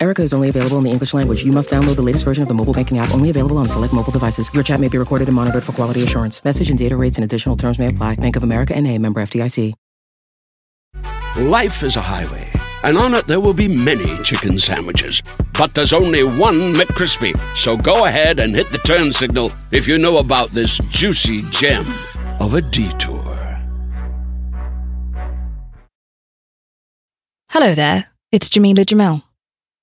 Erica is only available in the English language. You must download the latest version of the mobile banking app, only available on select mobile devices. Your chat may be recorded and monitored for quality assurance. Message and data rates and additional terms may apply. Bank of America and a member FDIC. Life is a highway, and on it there will be many chicken sandwiches. But there's only one McCrispy. So go ahead and hit the turn signal if you know about this juicy gem of a detour. Hello there, it's Jamila Jamel.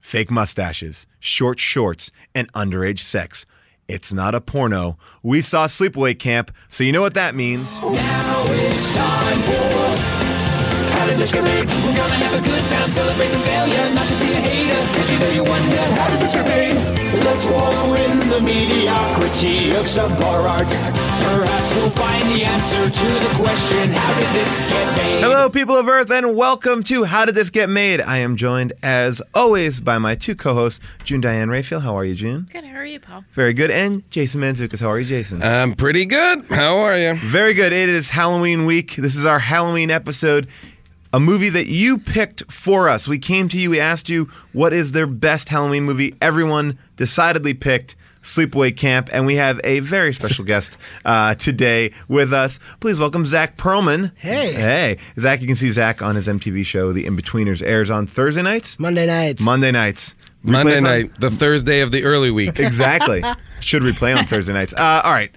Fake mustaches, short shorts, and underage sex. It's not a porno. We saw Sleepaway Camp, so you know what that means. Now it's time for How Did This Get Made? We're gonna have a good time, celebrate some failure, not just be a hater. Cause you know you wonder, how did this get made? Let's wallow in the mediocrity of subpar art. Perhaps we'll find the answer to the question, how did this get made? Hello, people of Earth, and welcome to How Did This Get Made? I am joined, as always, by my two co hosts, June Diane Raphael. How are you, June? Good. How are you, Paul? Very good. And Jason Manzukas. How are you, Jason? I'm pretty good. How are you? Very good. It is Halloween week. This is our Halloween episode. A movie that you picked for us. We came to you, we asked you what is their best Halloween movie. Everyone decidedly picked Sleepaway Camp, and we have a very special guest uh, today with us. Please welcome Zach Perlman. Hey. Hey. Zach, you can see Zach on his MTV show, The Inbetweeners, airs on Thursday nights, Monday nights. Monday nights. Replays Monday on- night, the Thursday of the early week. Exactly. Should replay on Thursday nights. Uh, all right.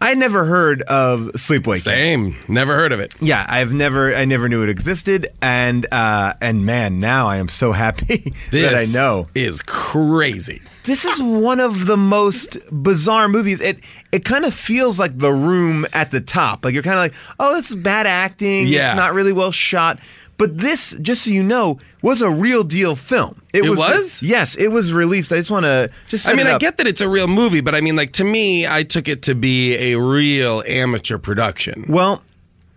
I never heard of Sleepaway Camp. Same. Never heard of it. Yeah, I've never, I never knew it existed, and uh, and man, now I am so happy This that I know. is crazy. This is one of the most bizarre movies. It it kind of feels like The Room at the top. Like you're kind of like, oh, it's bad acting. Yeah. It's not really well shot. But this, just so you know, was a real deal film. It was? yes, it was released. I just want to just. I set mean, it I up. get that it's a real movie, but I mean, like to me, I took it to be a real amateur production. Well,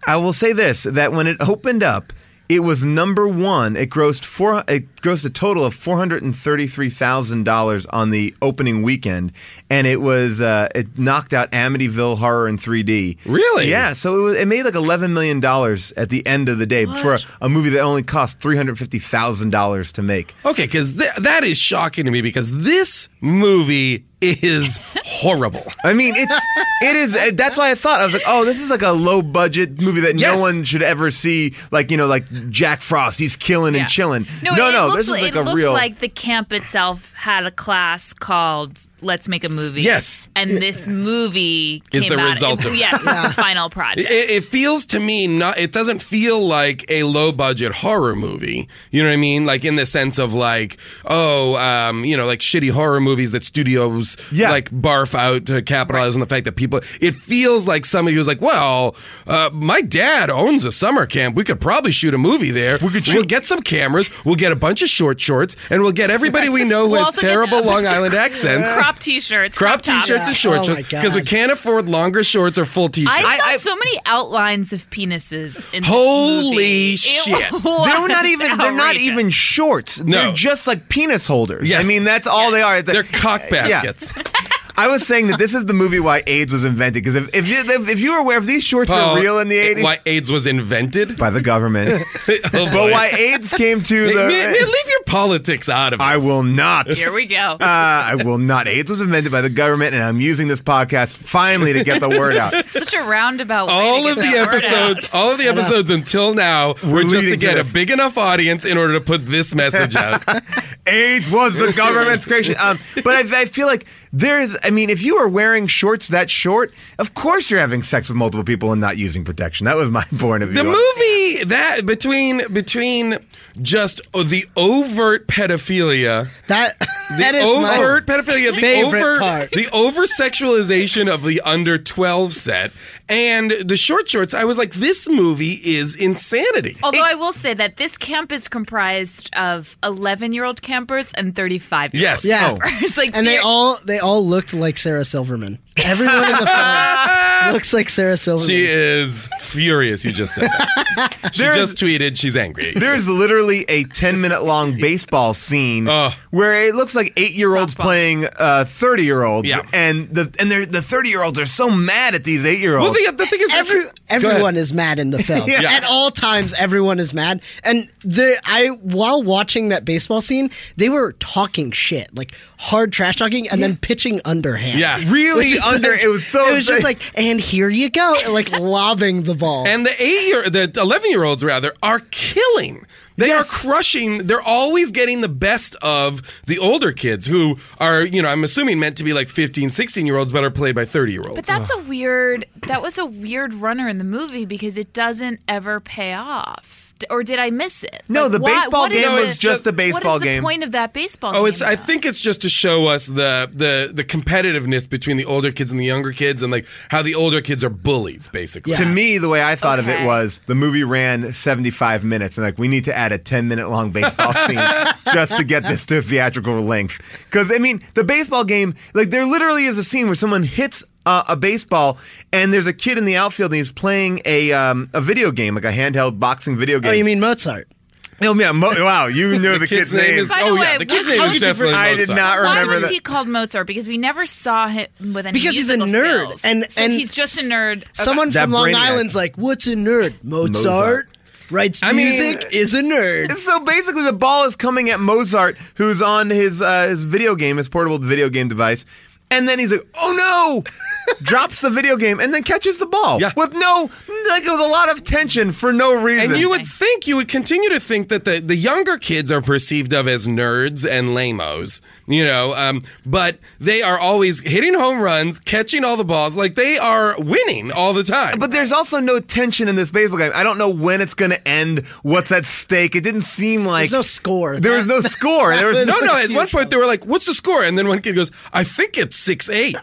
I will say this: that when it opened up, it was number one. It grossed four. It grossed a total of four hundred and thirty-three thousand dollars on the opening weekend, and it was uh, it knocked out Amityville Horror in three D. Really? Yeah. So it, was, it made like eleven million dollars at the end of the day for a, a movie that only cost three hundred fifty thousand dollars to make. Okay, because th- that is shocking to me because this movie is horrible. I mean, it's it is. uh, That's why I thought I was like, oh, this is like a low budget movie that Yes. no one should ever see. Like you know, like Jack Frost, he's killing Yeah. and chilling. No, no, it no looked, this is it like a looked real. like the camp itself had a class called "Let's Make a Movie." Yes. and this movie Is came the out, result of it. yes, was the final project. It, it feels to me not. It doesn't feel like a low budget horror movie. You know what I mean? Like in the sense of like, oh, um, you know, like shitty horror movies that studios Yeah. like barf out to capitalize on the fact that people. It feels like somebody who's like, well, uh, my dad owns a summer camp. We could probably shoot a movie there. We could will shoot- get some cameras. We'll get a bunch of short shorts, and we'll get everybody we know who We'll has also get terrible a bunch Long Island accents. crop T-shirts, Crop crop, t-shirts tops. and short Oh shorts my because we God. can't afford longer shorts or full t-shirts. I saw I- so many outlines of penises in Holy this movie. It shit. was they're not even. They're not outrageous. even shorts. No. They're just like penis holders. Yes. I mean, that's all they are. They're cock baskets. I was saying that this is the movie why AIDS was invented because if if you, if, if you were aware if these shorts Paul, eh, were real in the eighties Why AIDS was invented? by the government, Oh, but boy. why AIDS came to Hey, the. man, man, leave your politics out of it. I will not. Here we go. Uh, I will not. AIDS was invented by the government, and I'm using this podcast finally to get the word out. Such a roundabout. way to All get of the that word out. episodes, all of the episodes until now, were just leading to to get a this. big enough audience in order to put this message out. AIDS was the government's creation. Um, but I, I feel like there is. I mean, if you are wearing shorts that short, of course you're having sex with multiple people and not using protection. That was my point of view. The movie that between between just oh, the overt pedophilia, That the that is my- overt pedophilia, the favorite over part. the over sexualization of the under twelve set, and the short shorts. I was like, this movie is insanity. Although I will say that this camp is comprised of 11 year old campers and 35 year olds. Yes. Oh. Yeah. It's like And they they're- all they all looked like Sarah Silverman. Everyone in the film looks like Sarah Silverman. She is furious. You just said that. she There's- just tweeted she's angry. at you. There's literally a 10 minute long baseball scene Ugh. where it looks like eight year olds Softball. playing 30 year olds. Yeah. And the and they're, the 30 year olds are so mad at these eight year Well, olds. the, the thing is, Every, Go ahead. everyone is mad in the film. Yeah. At all times, everyone is mad. And the I while watching that baseball scene, they were talking shit, like hard trash talking, and then pitching underhand. Yeah. Which really is under. like- it was so. It was just upsetting. like, and here you go, and like lobbing the ball. And the eight year, the eleven year olds rather, are killing. They are crushing. They're always getting the best of the older kids who are, you know, I'm assuming meant to be like 15, 16 year olds, but are played by 30 year olds. But that's a weird. That was a weird runner in the movie because it doesn't ever pay off. D- Or did I miss it? No, the baseball is game the- was just the baseball What is the game. point of that baseball? Oh, it's. game, I though? think it's just to show us the the the competitiveness between the older kids and the younger kids, and like how the older kids are bullies, basically. Yeah. To me, the way I thought of it Okay. was the movie ran 75 minutes, and like we need to add a 10 minute long baseball scene just to get this to theatrical length. Because I mean, the baseball game, like there literally is a scene where someone hits. Uh, a baseball, and there's a kid in the outfield, and he's playing a um, a video game, like a handheld boxing video game. oh, you mean Mozart? Oh, yeah, Mo- wow, you know the, kid's, name. is. By the oh way, yeah, the kid's what- name how is did you definitely. I did Mozart. not Why remember was that. he called Mozart? Because we never saw him with any Because he's a musical nerd, skills. and So and he's just a nerd. Okay. Someone That from Long brainiac. Island's like, what's a nerd? Mozart, Mozart. writes I mean- music is a nerd. So basically, the ball is coming at Mozart, who's on his uh, his video game, his portable video game device, and then he's like, "Oh no!" drops the video game and then catches the ball Yeah. with no like it was a lot of tension for no reason. And you would think, you would continue to think that the, the younger kids are perceived of as nerds and lamos, you know, um, but they are always hitting home runs, catching all the balls. Like they are winning all the time. But there's also no tension in this baseball game. I don't know when it's going to end. What's at stake? It didn't seem like There's no score. There was no score. There was no, no. no, at one point they were like, what's the score? And then one kid goes, I think it's 6 8.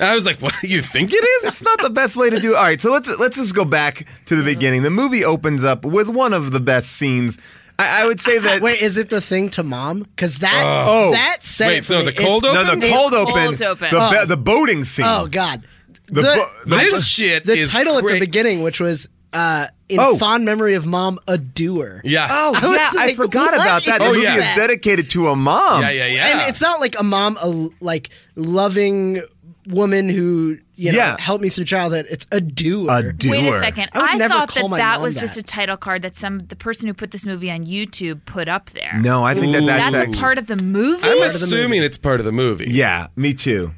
I was like, what? You think it It's is? not the best way to do. All right, so let's let's just go back to the beginning. The movie opens up with one of the best scenes. I, I would say that Wait, is it the thing to mom? Because that Oh. that said Wait, it for no, me. the It's- cold open? No, the It's cold open, cold open. The, Oh. be- the boating scene. Oh God, The bo- the- This shit The is title at cra- the beginning, which was uh, in Oh. fond memory of mom, a doer. Yeah. Oh I was yeah, I like, forgot what about that. The is movie that? is dedicated to a mom. Yeah, yeah, yeah. and it's not like a mom, a l- like loving woman who you know Yeah. helped me through childhood. It's a doer. A doer. Wait a second. I would I, never thought call that my that mom was that. just a title card that some the person who put this movie on YouTube put up there. No, I think that that's, that's act- a part of the movie. I'm assuming it's part of the movie. Yeah, me too.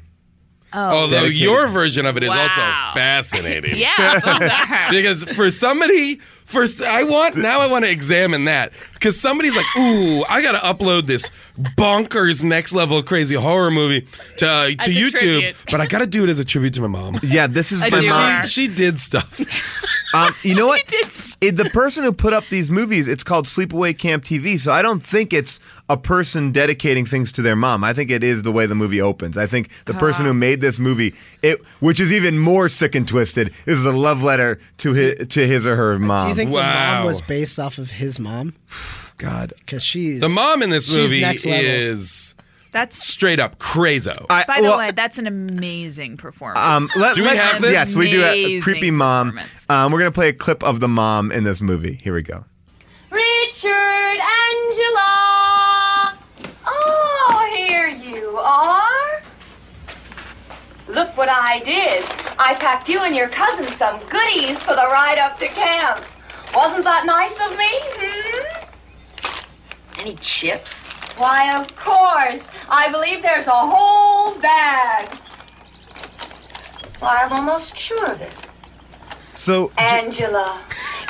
Although Dedicated. your version of it is Oh. Wow. also fascinating. yeah, Mozart. because for somebody for I want now I want to examine that because somebody's like, ooh, I gotta upload this bonkers next level crazy horror movie to uh, to a YouTube, tribute. but I gotta do it as a tribute to my mom. Yeah, this is I my do. mom. She, she did stuff. Um, you know what? It's- It- the person who put up these movies, it's called Sleepaway Camp TV. So I don't think it's a person dedicating things to their mom. I think it is the way the movie opens. I think the person who made this movie, it which is even more sick and twisted, is a love letter to his to his or her mom. Do you think the Wow. mom was based off of his mom? God? Because she's The mom in this She's movie next level. is that's straight up crazo. I- by the well, way, that's an amazing performance. Um, let, Do we let- have this? Yes, we do. Have Amazing creepy mom. performance. Um, we're gonna play a clip of the mom in this movie. Here we go. Richard Angela! Oh, here you are. Look what I did. I packed you and your cousin some goodies for the ride up to camp. Wasn't that nice of me? Hmm? Any chips? Why, of course. I believe there's a whole bag. Well, I'm almost sure of it. So, Angela,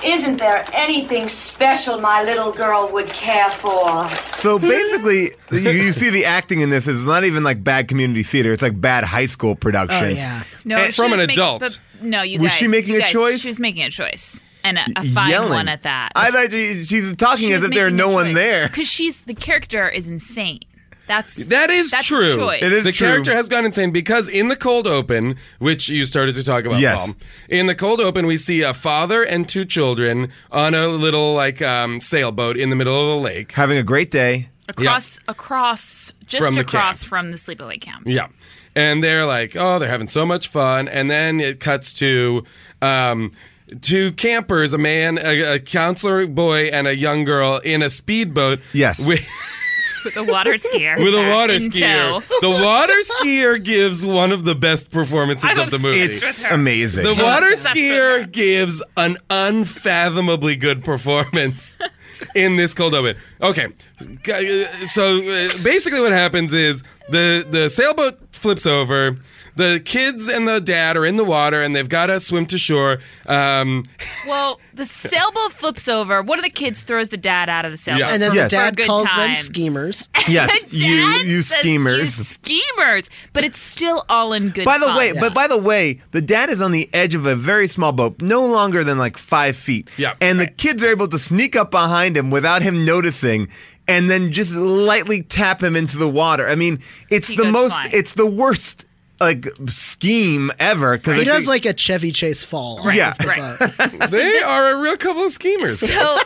Isn't there anything special my little girl would care for? So basically, you, you see the acting in this is not even like bad community theater. It's like bad high school production. Oh, No, And- she was making- but- no, you Was guys. she making you a guys, choice? She was making a choice, and a, a fine Yelling. one at that. I thought she, she's talking as if there are no one there. because she's the character is insane. That's That is that's a true. choice. the character has gone insane because in the cold open, which you started to talk about, Yes. Paul, in the cold open, we see a father and two children on a little like um, sailboat in the middle of the lake, having a great day. across across just From the across from the sleepaway camp. Yeah. And they're like, oh, they're having so much fun. And then it cuts to um, two campers, a man, a, a counselor boy, and a young girl in a speedboat. Yes. With, With a water skier. with a water in tow. skier. The water skier gives one of the best performances I'm of the movie. obsessed It's with her. amazing. The I'm water obsessed with skier gives an unfathomably good performance in this cold open. Okay, g- uh, so uh, basically what happens is the the sailboat flips over. The kids and the dad are in the water, and they've got to swim to shore. Um, Well, the sailboat flips over. One of the kids throws the dad out of the sailboat. Yeah. And then for- the for a dad good calls time. them schemers. Yes, you you says schemers. You schemers. But it's still all in good by the fun. way, but by the way, the dad is on the edge of a very small boat, no longer than like five feet. Yeah, and the kids are able to sneak up behind him without him noticing, and then just lightly tap him into the water. I mean, it's the goes most, flying. it's the worst like scheme ever. Because He does like a Chevy Chase fall. Right, Yeah. they are a real couple of schemers. So,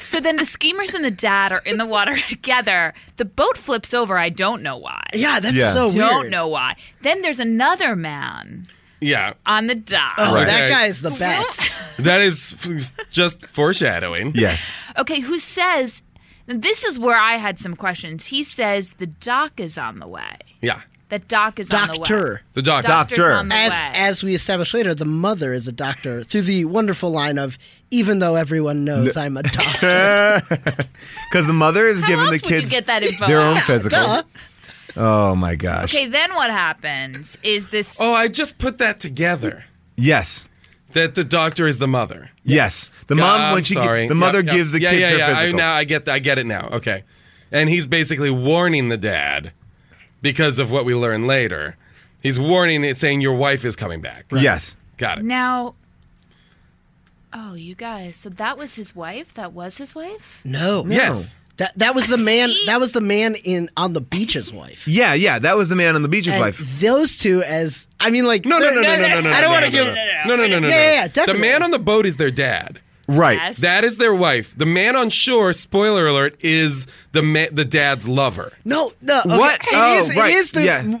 so then the schemers and the dad are in the water together. The boat flips over. I don't know why. Yeah, that's Yeah. so Don't weird. know why. Then there's another man yeah, on the dock. Uh. Oh, Right. that guy is the best. that is f- just foreshadowing. Yes. Okay, who says? and This is where I had some questions. He says the dock is on the way. Yeah. That dock is on the way. Doctor. Doctor's on the As, way. as we established later, the mother is a doctor through the wonderful line of, even though everyone knows I'm a doctor. because the mother is giving the else would you kids get that info? their own Yeah, physical. duh. Oh my gosh! Okay, then what happens is this. Oh, I just put that together. Yes. That the doctor is the mother. Yes, the Yeah, mom I'm when she gi- sorry. the Yep, mother yep. gives the yeah, kids yeah, her yeah. I, physical. now I get th- I get it now. Okay, and he's basically warning the dad because of what we learn later. He's warning it, saying your wife is coming back. Yes, got it. Now, oh, you guys. So that was his wife. That was his wife. no. Yes. That, that was the man. That was the man in on the beach's wife. Yeah, yeah, that was the man on the beach's And wife. Those two as I mean, like No, no, no, no, no, no, no. I don't want to give. No, no, no, no. Yeah, yeah, yeah, The definitely. man on the boat is their dad. Right. Yes. That is their wife. The man on shore, spoiler alert, is the ma- the dad's lover. No, no. okay. What? It oh, is- right. It is the yeah.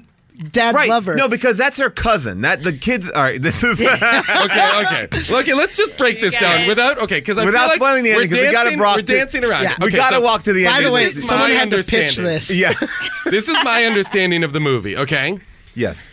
dad right. lover. No, because that's her cousin. That the kids. All right. This is okay, okay. Okay, let's just break this down without okay, because I Without feel like spoiling the we're ending, 'cause we gotta dancing, walk we're to- dancing around. Yeah. it. We Okay, gotta so- walk to the By end. the way, This is someone my had to pitch understanding. this. Yeah. this is my understanding of the movie. Okay. Yes.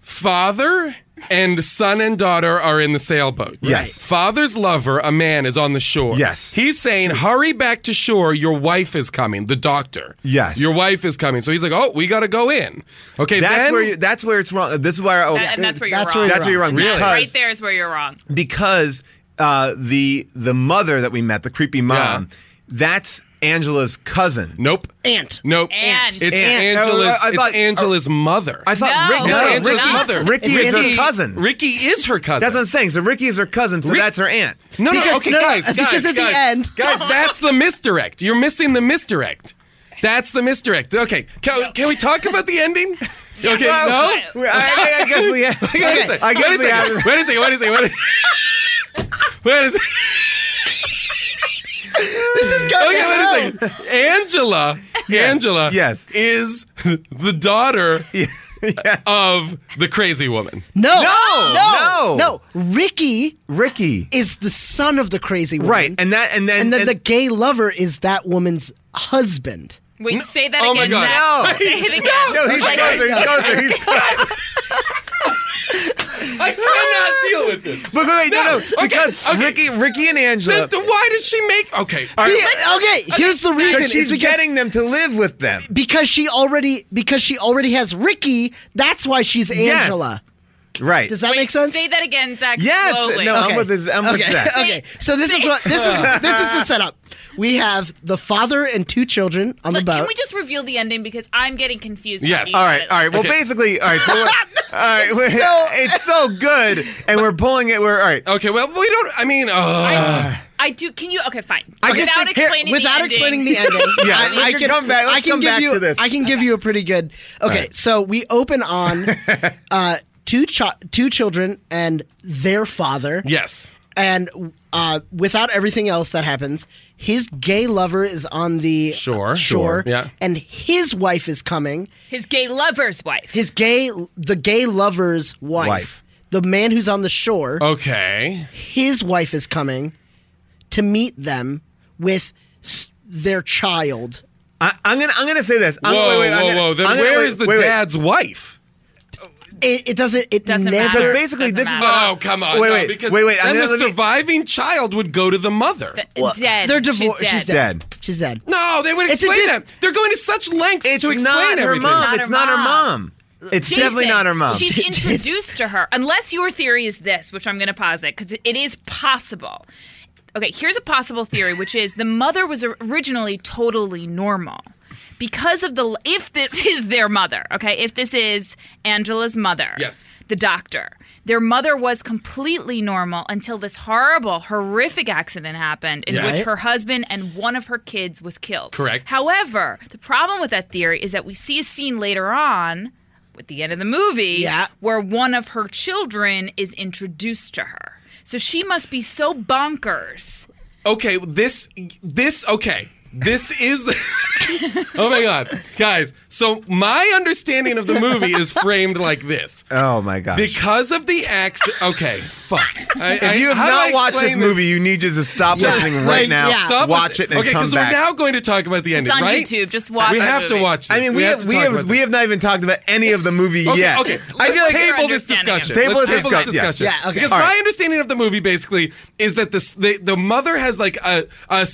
Father and son and daughter are in the sailboat. Yes. Father's lover, a man, is on the shore. Yes. He's saying, "Hurry back to shore. Your wife is coming." The doctor. Yes. Your wife is coming. So he's like, "Oh, we got to go in." Okay. That's then- where you, that's where it's wrong. This is why. Oh, That- and that's where you're that's wrong. That's where you're wrong. That Because, right there is where you're wrong. because uh, the the mother that we met, the creepy mom, that's Angela's cousin. Nope. Aunt. Nope. Aunt. Aunt. It's uh, Angela's. I- I thought- it's Angela's mother. I thought No, Rick- it's no, Angela's Ricky- mother. Ricky is her cousin. Ricky is her cousin. That's what I'm saying. So Ricky is her cousin. So that's her aunt. No, no, Because- okay, no, no, guys, guys, because at the guys, end- guys, that's the misdirect. You're missing the misdirect. That's the misdirect. Okay, can, can we talk about the ending? Okay, Well, no. I- I- I guess we have- Wait a second. I guess Wait a we second. have- Wait a second. Wait a second. Wait a Wait a second. This is going Okay, well. wait a second. Angela, Angela, yes, is the daughter of the crazy woman. No, No, no, no. Ricky Ricky is the son of the crazy woman, Right, and that- and then- and then and- the gay lover is that woman's husband. Wait, say that oh my again. God. Zach. No. Say it again. No, he's Like- going there, he's going there, he's I cannot deal with this. But wait, wait, no, no, because Ricky, Ricky and Angela. Then- then why does she make? Okay, all right. Yeah, okay, here's the reason. Because she's is because, getting them to live with them. because she already because she already has Ricky. That's why she's Yes. Angela. Right. Does that Wait, make sense? Say that again, Zach. Yes, Slowly. no, I'm with this- I'm with okay. that. okay. So this is what this is this is the setup. We have the father and two children on Look, the boat. can we just reveal the ending because I'm getting confused. Yes. All right. All right. Well, basically, all right. So we're- all right. It's, so, it's so good, and we're pulling it. We're all right. Okay. Well, we don't. I mean, uh, I do. Can you? Okay, fine. I just without think- here, explaining without the explaining the ending. ending. Yeah, we can come back- let's I can come give back you, to this. I can give you a pretty good. Okay, right. so we open on uh, two ch- two children and their father. Yes. And uh, without everything else that happens, his gay lover is on the Sure. shore, Sure, yeah. and his wife is coming. His gay lover's wife. His gay, the gay lover's wife, Wife. Oh. the man who's on the shore, okay. his wife is coming to meet them with s- their child. I, I'm gonna. I'm gonna say this. I'm, Whoa, wait, wait, I'm whoa, gonna, whoa. Then I'm gonna- where wait, is the wait, wait. dad's wife? It, it doesn't. It Doesn't never. matter. Basically, Doesn't this is matter. what I- Oh, come on. Uh, Wait, no, wait, because wait, wait. I'm Then gonna the let me- surviving child would go to the mother. Well, dead. They're divorced. She's dead. dead. She's dead. no, they would It's a explain dis- that. They're going to such lengths It's to explain not her everything. mom. Not It's her not her mom. mom. It's Jason, definitely not her mom. She's introduced to her, unless your theory is this, which I'm going to posit because it is possible. Okay, here's a possible theory, which is the mother was originally totally normal because of the. If this is their mother, okay, if this is Angela's mother, Yes. the doctor, their mother was completely normal until this horrible, horrific accident happened in Yes. which her husband and one of her kids was killed. Correct. However, the problem with that theory is that we see a scene later on at the end of the movie Yeah. where one of her children is introduced to her. So she must be so bonkers. okay this this okay this is the oh my god guys so my understanding of the movie is framed like this oh my gosh. because of the accident okay fuck I, if you have not watched this movie, you need just to stop listening right, now. yeah. Stop Watch it and okay, come because we're back. now going to talk about the ending, on right? YouTube, just watch We the have to movie. watch. This. I mean, we, have, to we talk have about we this. have not even talked about any of the movie Okay, yet. okay. I feel Let's like your table this understanding of discussion. it. Table Let's this table this discuss- yes. discussion. Yeah, okay. Because All my right. understanding of the movie basically is that this the, the mother has like a, a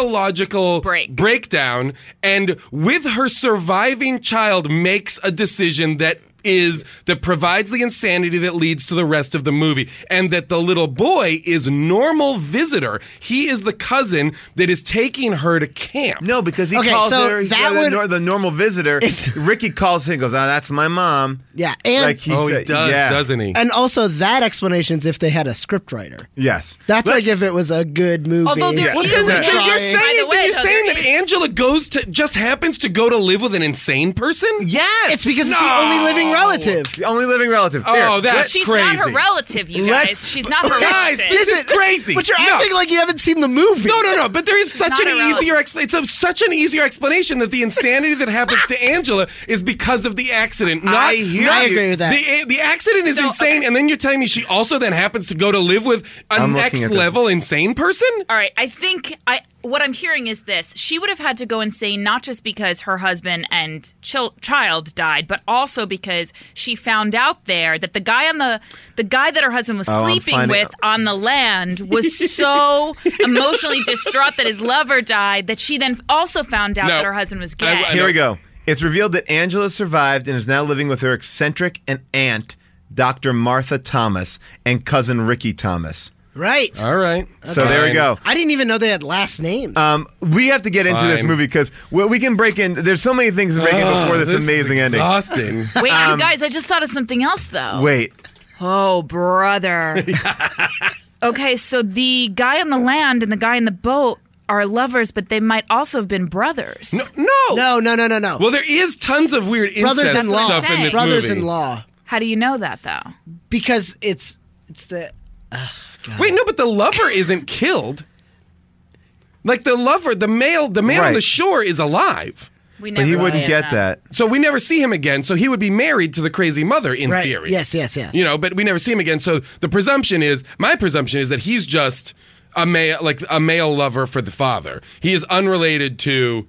psychological Break. breakdown, and with her surviving child, makes a decision that is that provides the insanity that leads to the rest of the movie and that the little boy is normal visitor he is the cousin that is taking her to camp No, because he Okay, calls so her he's that got the, would- nor- the normal visitor. Ricky calls him and goes, "Ah, that's my mom." Yeah, and- oh he said- does yeah. doesn't he And also, that explanation's if they had a scriptwriter. Yes. That's Let- like if it was a good movie. Although there Well, is then a it's- So Right. you're drawing. saying, By the way, you're though, saying there that is- Angela goes to just happens to go to live with an insane person? Yes. it's because it's the only living relative. the only living relative. Oh, Here, that's let- She's not crazy. her relative, you guys. Let's- She's not her Guys, relative. this is crazy. But you're No. acting like you haven't seen the movie. No, no, no. But there is such not an irrelevant. easier explanation. It's a, such an easier explanation that the insanity that happens to Angela is because of the accident. Not, I hear not- you. I agree with that. The, eh, the accident is So, insane, okay. and then you're telling me she also then happens to go to live with a I'm looking next at this. level insane person? All right, I think I what I'm hearing is this: she would have had to go insane not just because her husband and chil- child died, but also because she found out there that the guy on the the guy that her husband was Oh, I'm sleeping finding- with on the land was so emotionally distraught that his lover died that she then also found out No. that her husband was gay. I- I- Here we go. It's revealed that Angela survived and is now living with her eccentric and aunt, Dr. Martha Thomas, and cousin Ricky Thomas. Right. All right. So there we Fine. go. I didn't even know they had last names. Uh, Um, we have to get into this Fine. movie because well, we can break in. There's so many things to break in before this, Oh, is amazing ending. Exhausting. Wait, Um, you guys, I just thought of something else though. Wait, Oh, brother. okay, so the guy on the land and the guy in the boat are lovers, but they might also have been brothers. no. no, no, no, no, no. Well, there is tons of weird Brothers incest in law. stuff in this movie. Brothers-in-law, How do you know that, though? because it's it's the Wait, no, but the lover isn't killed. Like the lover, the male, the man on Right. the shore is alive. We never but he see wouldn't it, get no. that. So we never see him again. So he would be married to the crazy mother in right. theory. Yes, yes, yes. You know, but we never see him again. So the presumption is, my presumption is that he's just a male, like a male lover for the father. He is unrelated to.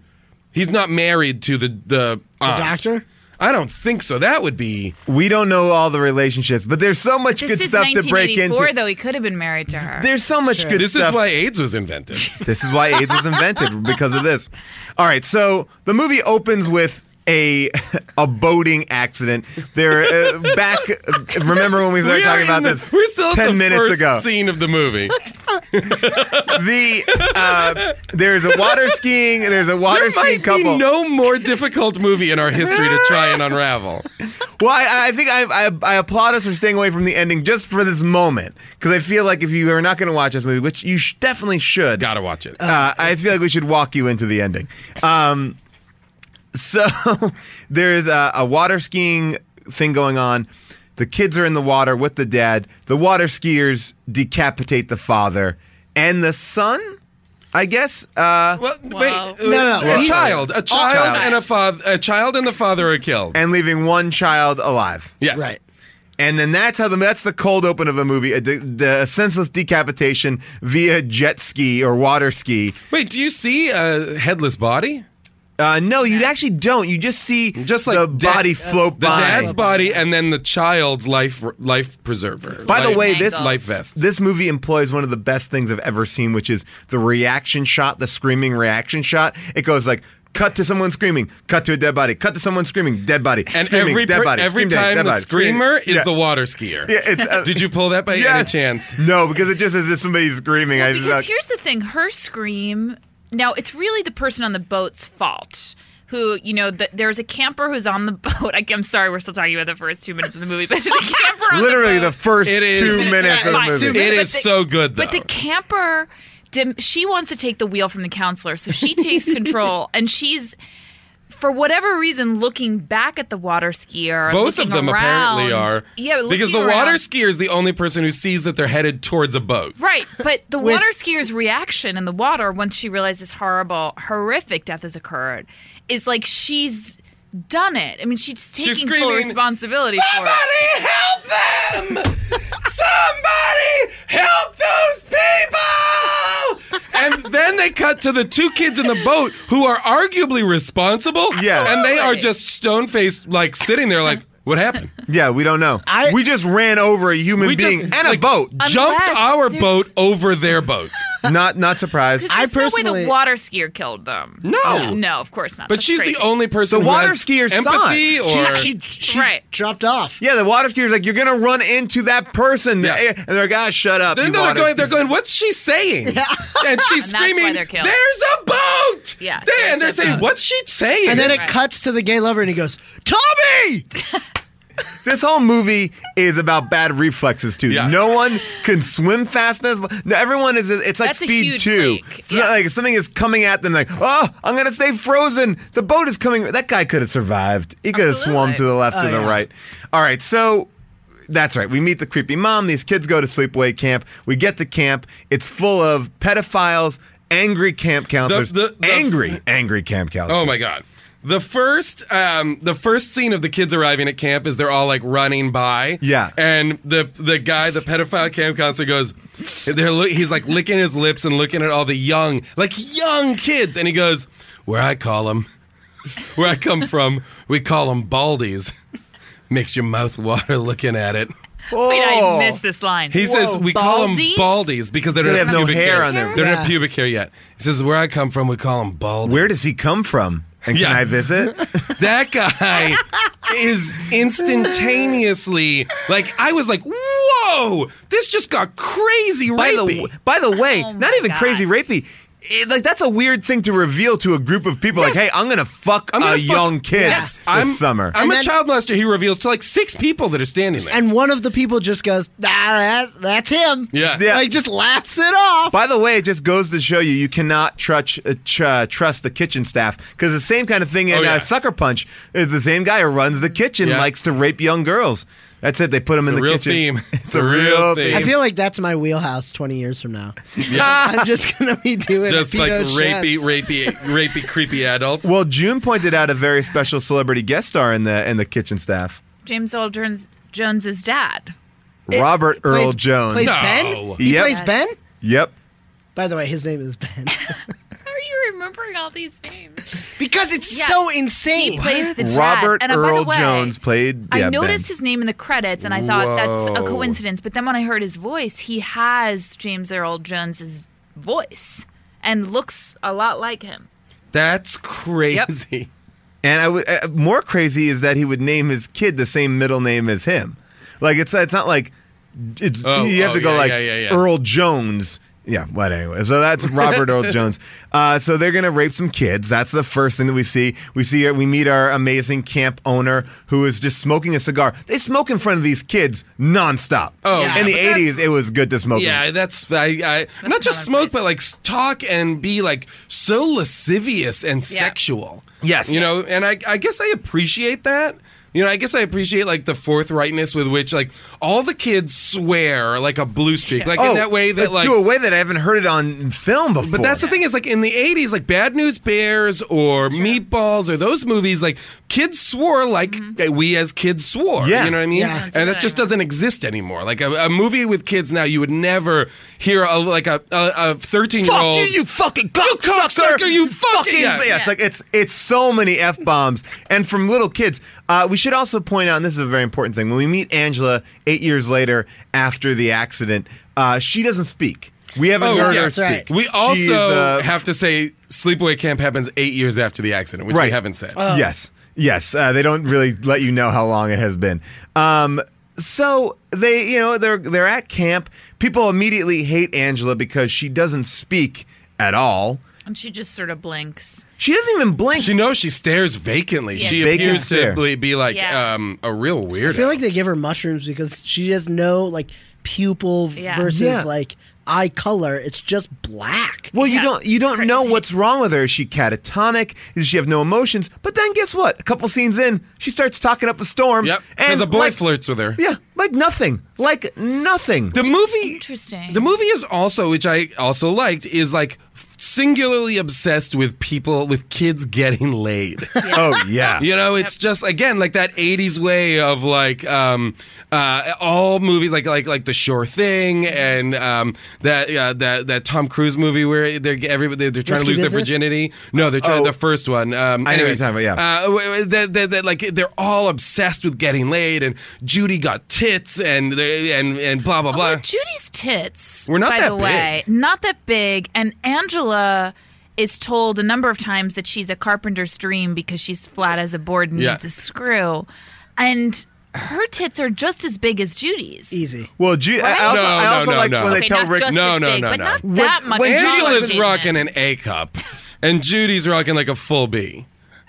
He's not married to the the, aunt. doctor? I don't think so. That would be We don't know all the relationships, but there's so much This good is stuff to break 1984, into. though. He could have been married to her. There's so much good this stuff. is why AIDS was invented. This is why AIDS was invented because of this. All right, so the movie opens with a a boating accident. They're uh, back. Remember when we started We talking are about in the- this? We're still at ten the minutes first ago. scene of the movie. The uh, there's a water skiing. There's a water There skiing might couple. be no more difficult movie in our history to try and unravel. Well, I, I think I, I, I applaud us for staying away from the ending just for this moment because I feel like if you are not going to watch this movie, which you sh- definitely should, Gotta watch it. uh, I feel like we should walk you into the ending. Um, so there's a, a water skiing thing going on. The kids are in the water with the dad. The water skiers decapitate the father and the son. I guess. Uh, well, wait, Wow. uh, No, no, a we- child, a child, child. and a father, a child and the father are killed. and leaving one child alive. yes, Right. And then that's how the that's the cold open of the movie, a de- the senseless decapitation via jet ski or water ski. Wait, do you see a headless body? Uh, no, you actually don't. You just see Just like the da- body float The by. dad's body and then the child's life life preserver. By the Life- way, this- life vest. This movie employs one of the best things I've ever seen, which is the reaction shot, the screaming reaction shot. It goes like cut to someone screaming, cut to a dead body, cut to someone screaming, dead body, and screaming, every dead per- body. every scream, dead- time dead the body, screaming. screamer is Yeah. the water skier. Yeah, it's, uh, Did you pull that by any yes. chance? No, because it just is just somebody screaming. I because here's the thing her scream now it's really the person on the boat's fault who you know the, there's a camper who's on the boat I, i'm sorry we're still talking about the first two minutes of the movie but there's a camper on literally the boat. first It is- two minutes of the Fine. movie. It But is so good, But though. the camper, dem- she wants to take the wheel from the counselor, so she takes control, and she's. For whatever reason, looking back at the water skier, Both looking of them around, apparently are. Yeah, because the looking water around. skier is the only person who sees that they're headed towards a boat. Right, but the water skier's reaction in the water once she realizes horrible, horrific death has occurred is like she's done it. I mean, she's taking full screaming, responsibility for it. help them! Somebody help those people! And then they cut to the two kids in the boat who are arguably responsible. Yeah. And they are Absolutely. just stone faced, like sitting there, like, what happened? Yeah, we don't know. I- we just ran over a human We just, being and a like, boat. Jumped Unless our there's- boat over their boat. Not not surprised. I There's no way personally- the water skier killed them. No. no, of course not. But That's she's crazy. the only person The who water has skier's empathy or she, she Right. dropped off. Yeah, the water skier's like, you're gonna run into that person, Yeah. and they're like, ah, shut up. Then you they're water going, they're skier." going, what's she saying? And she's And that's why screaming, they're killed. there's a boat! Yeah, They- there's and they're a saying, boat. what's she saying? And then it Right. cuts to the gay lover, and he goes, "Tommy." This whole movie is about bad reflexes too. Yeah. No one can swim fast enough. No, everyone is. It's like That's a speed huge two. leak. It's not Yeah. like something is coming at them. Like, oh, I'm gonna stay frozen. The boat is coming. That guy could have survived. He could have swum Absolutely. to the left or the yeah. right. All right, so. That's right. We meet the creepy mom. These kids go to sleepaway camp. We get to camp. It's full of pedophiles, angry camp counselors, the- the- angry, angry camp counselors. Oh my god. The first, um, the first scene of the kids arriving at camp is they're all like running by. Yeah. and the the guy, the pedophile camp counselor, goes. They're li- he's like licking his lips and looking at all the young, like young kids, and he goes, "Where I call them, where I come from, we call them baldies. Makes your mouth water looking at it." Oh. Wait, Oh. I missed this line. He says we call them baldies? baldies because they don't They have, have no pubic hair on their- They don't have Yeah. pubic hair yet. He says where I come from, we call them baldies. Where does he come from? And Yeah. can I visit? That guy is instantaneously like I was like, whoa, this just got crazy by rapey. the by the way, Oh my not even God. crazy rapey. It- like that's a weird thing to reveal to a group of people. Like, hey, I'm gonna fuck I'm gonna a fuck- young kid Yes, this I'm, summer. I'm And a then- child molester. He reveals to like six people that are standing there. And one of the people just goes, "Ah, that's, that's him." yeah. Yeah. Like just laps it off. by the way, it just goes to show you you cannot trust uh, tr- uh, trust the kitchen staff because the same kind of thing in Oh, yeah. uh, Sucker Punch is the same guy who runs the kitchen Yeah. likes to rape young girls. That's it. They put him in a the real kitchen. theme. It's a real theme. I feel like that's my wheelhouse 20 years from now. Yeah. I'm just going to be doing Just like Pinochet's. rapey, rapey, rapey, creepy adults. Well, June pointed out a very special celebrity guest star in the in the kitchen staff, James Earl Jones, Jones's dad. Robert Plays- Earl Jones. Plays No. Ben? He Yep. plays Ben? Yep. By the way, his name is Ben. How are you remembering all these names? because it's Yes. so He insane. plays the dad. Robert and uh, by Earl the way, Jones played. I yeah, noticed Ben. his name in the credits, and I thought that's a Whoa. coincidence. But then when I heard his voice, he has James Earl Jones's voice and looks a lot like him. That's crazy. And I would uh, more crazy is that he would name his kid the same middle name as him. Like it's it's not like it's Oh, you have oh, to go yeah, like yeah, yeah, yeah. Earl Jones. Yeah, but anyway, so that's Robert Earl Jones. Uh, so they're gonna rape some kids. That's the first thing that we see. We see uh, we meet our amazing camp owner who is just smoking a cigar. They smoke in front of these kids nonstop. Oh, yeah, in the but that's- '80s, it was good to smoke. in Yeah, that's I, I not just smoke, but like s- talk and be like so lascivious and Yeah. sexual. Yes. you know, and I, I guess I appreciate that. You know, I guess I appreciate like the forthrightness with which like all the kids swear like a blue streak, like Oh, in that way that like to a way that I haven't heard it on film before. But that's the thing is like in the 80s like Bad News Bears or Meatballs or those movies like kids swore like we as kids swore. Mm-hmm. Yeah. You know what I mean? Yeah. That's And right. that just doesn't exist anymore. Like a, a movie with kids now you would never hear a like a a 13-year-old Fuck you, you fucking cocksucker! cocksucker, you fucking- yeah. Yeah. It's like it's it's so many f bombs, and from little kids. Uh, we should also point out, and this is a very important thing. When we meet Angela eight years later after the accident, uh, she doesn't speak. We haven't Oh, heard yeah. her That's speak. right. We She's, also uh, have to say Sleepaway Camp happens 8 years after the accident, which we Right. Oh. haven't said. Yes, yes. Uh, they don't really let you know how long it has been. Um, so they, you know, they're they're at camp. People immediately hate Angela because she doesn't speak at all. And she just sort of blinks. She doesn't even blink. She knows she stares vacantly. Yeah. She Vacant appears stare. to be- be like Yeah. um, a real weirdo. I feel like they give her mushrooms because she has no like pupil Yeah. versus Yeah. like eye color. It's just black. well, you Yeah. don't you don't know what's wrong with her. Is she catatonic? Does she have no emotions? But then guess what? A couple scenes in, she starts talking up a storm. Yep. Because a boy like- flirts with her. Yeah, like nothing. Like nothing. The movie Interesting. The movie is also, which I also liked, is like singularly obsessed with people with kids getting laid. oh yeah. You know, it's just again like that '80s way of like um, uh, all movies, like like like The Sure Thing and um, that uh, that that Tom Cruise movie where they're everybody they're trying Risky to lose their Business? virginity. No, they're trying Oh. the first one. Um, I know what anyway, you're talking about, yeah. uh, w- w- that, that, that, like they're all obsessed with getting laid, and Judy got tits, and they- and and blah blah blah. Although Judy's tits We're not by that the way, not that big, and Angela is told a number of times that she's a carpenter's dream because she's flat as a board and Yeah. needs a screw, and her tits are just as big as Judy's. Easy. Well, Ju- I- I Right? also, No, I no, also no, like no. when they Okay, tell not Rick just No, as no, big, no, but no. not that much. when of an Angela's improvement. rocking an A cup, and Judy's rocking like a full B.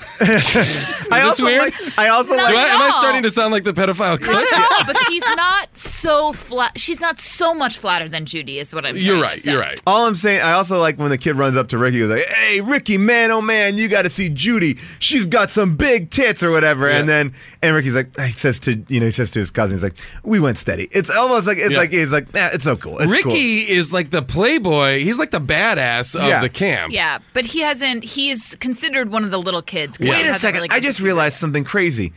I this also weird? like- I also No, like Do I, am I No. starting to sound like the Not pedophile clip? at all, but she's not so flat. She's not so much flatter than Judy, is what I'm. You're trying to right. say. You're right. All I'm saying, I also like when the kid runs up to Ricky, he's like, "Hey, Ricky, man, oh man, you got to see Judy. She's got some big tits or whatever." And Yeah. then, and Ricky's like, he says to you know, he says to his cousin, he's like, "We went steady." It's almost like it's Yeah. like he's like, "Nah, it's so cool." It's cool." Ricky is like the playboy. He's like the badass of Yeah. the camp. Yeah, but he hasn't. He's considered one of the little kids. 'cause Yeah. he Wait a hasn't second, really I gotten just to- realized something crazy.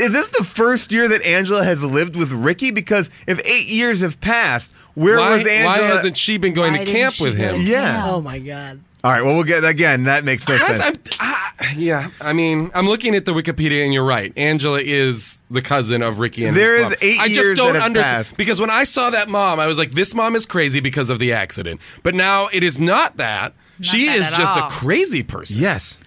is this the first year that Angela has lived with Ricky? Because if eight years have passed, where Why, was Angela? why hasn't she been going Why to didn't camp she with go? him? yeah. Oh my god. All right. Well, we'll get again. That makes no That's- sense. I'm- ah, yeah, I mean, I'm looking at the Wikipedia, and you're right. Angela is the cousin of Ricky and his There is mom. eight I just years don't that have understand passed. because when I saw that mom, I was like, this mom is crazy because of the accident. But now it is not that. she that is at just all. a crazy person. yes.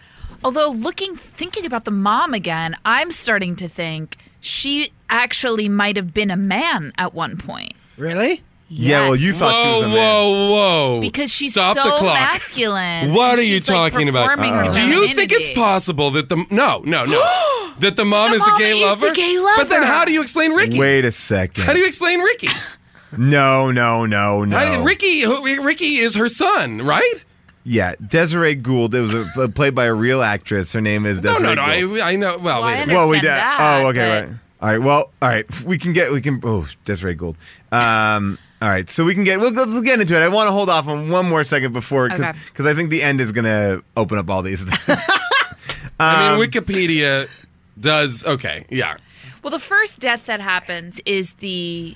Although looking, thinking about the mom again, I'm starting to think she actually might have been a man at one point. Really? Yeah. Well, you Yes. thought she was a Whoa, man. whoa, whoa! Because she's Stop so the clock. masculine. What are you She's, like, talking about? Uh, performing her Do you think it's femininity. possible that the no, no, no, that the mom The is mom the gay is the lover? gay But then lover. how do you explain Ricky? Wait a second. How do you explain Ricky? No, no, no, no. How do- Ricky, who- Ricky is her son, right? Yeah, Desiree Gould. It was a, played by a real actress. Her name is No, Desiree. no, no. Gould. I, I know. Well, Why wait a I minute. well, we did. understand Oh, that, okay, but- right. All right. Well, all right. We can get. We can. Oh, Desiree Gould. Um. All right. So we can get. We'll, let's get into it. I want to hold off on one more second before because Okay. I think the end is gonna open up all these things. I mean, Wikipedia does okay. Yeah, Well, the first death that happens is the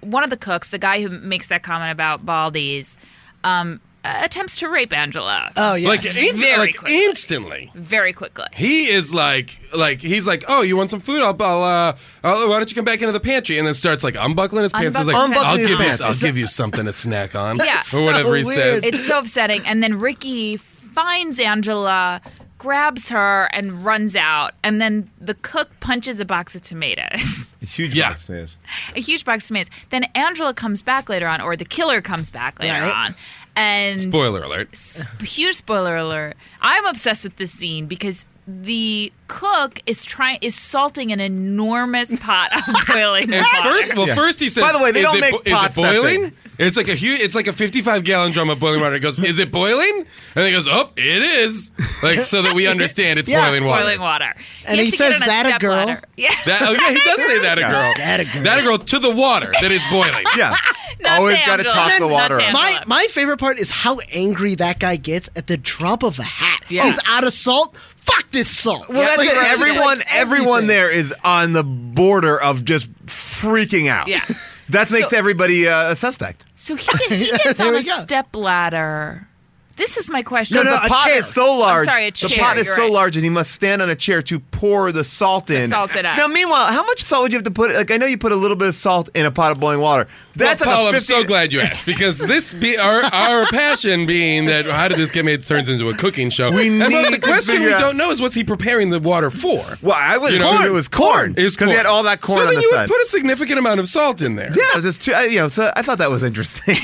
one of the cooks, the guy who makes that comment about Baldies, um, attempts to rape Angela Oh yeah. like, inst- Very like quickly. instantly. very quickly. He is like, like he's like, oh, you want some food? I'll, I'll, uh, I'll why don't you come back into the pantry? And then starts like unbuckling his pants. He's like, Unbuckling I'll his give pants. you, I'll give you something to snack on, Yeah. or whatever he So weird. says. It's so upsetting. And then Ricky finds Angela grabs her and runs out. And then the cook punches a box of tomatoes, A huge Yeah. box tomatoes. a huge box of tomatoes. Then Angela comes back later on, or the killer comes back later Right. on. And Spoiler alert. sp- huge spoiler alert. I'm obsessed with this scene because the cook is trying is salting an enormous pot of boiling And water. first, well, Yeah. first he says, By the way, they "Is don't it make bo- is pots it that boiling?" big. It's like a huge, it's like a 55 gallon drum of boiling water. He goes, "Is it boiling?" And he goes, "Oh, it is." Like so that we understand it's Yeah, boiling water. boiling water. And has he to get says, on "That a girl?" stepladder. Yeah. That, oh yeah, he does say that a girl. That a girl. That a girl to the water that is boiling. Yeah. Oh, Not Always Sam, got to Joel. toss the Not water Sam. up. My my favorite part is how angry that guy gets at the drop of a hat. Yeah. He's out of salt. Fuck this salt. Well, that's Like, it. it's like Everyone, everyone everything. there is on the border of just freaking out. Yeah. that makes So- everybody uh, a suspect. So he, get, he gets There on we a go. stepladder. This was my question. No, no, a the pot chair. is so large. sorry, a The chair, pot is you're so right. large, and he must stand on a chair to pour the salt in. salt it up. Now, meanwhile, how much salt would you have to put? Like, I know you put a little bit of salt in a pot of boiling water. That's well, like Paul, a 50 I'm so glad you asked because this be our our passion being that how did this get made turns into a cooking show. We and but need the to question we figure out- don't know is what's he preparing the water for? Well, I would You know, assume it was corn It was because he had all that corn So on then the you side. would put a significant amount of salt in there. yeah, it was just too, I, you know. So I thought that was interesting.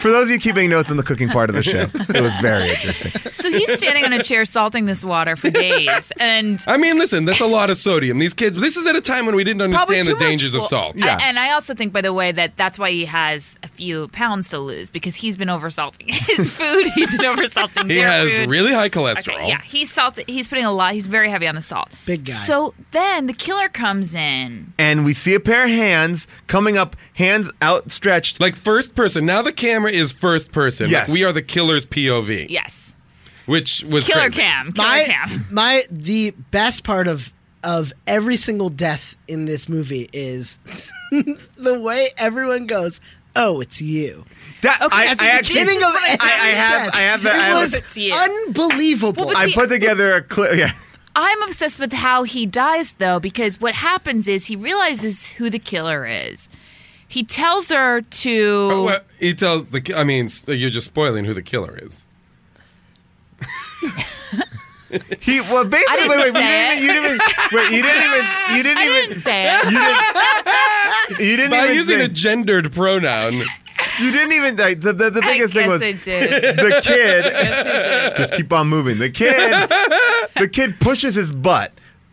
For those of you keeping notes on the cooking part of the show, it was very interesting. So he's standing on a chair salting this water for days. And I mean, listen, that's a lot of sodium. These kids. This is at a time when we didn't Probably understand too the much. dangers of Well, salt. Yeah. I- and I also think, by the way, that that's why he has a few pounds to lose because he's been oversalting his food. He's been oversalting He their has food. really high cholesterol. Okay, yeah, he's salted. He's putting a lot. He's very heavy on the salt. Big guy. So then the killer comes in. And we see a pair of hands coming up, hands outstretched. Like first person. Now the camera is first person. Yes. Like we are the killer's POV. Yes, Which was killer crazy. cam. Killer my cam. my the best part of of every single death in this movie is the way everyone goes. Oh, it's you. That, I, At I the actually, beginning of I- I every have- death, I have that- I It have- was It's you. unbelievable. Well, but I see- put together a clip. Yeah. I'm obsessed with how he dies, though, because what happens is he realizes who the killer is. He tells her to. Oh, well, he tells the. ki- I mean, s- you're just spoiling who the killer is. He well basically didn't wait, wait, say you didn't even wait, you didn't even you didn't I even didn't say it. you didn't you didn't By even using say- a gendered pronoun. you didn't even like, the, the, the I biggest thing guess was it did. the kid just keep on moving. The kid the kid pushes his butt,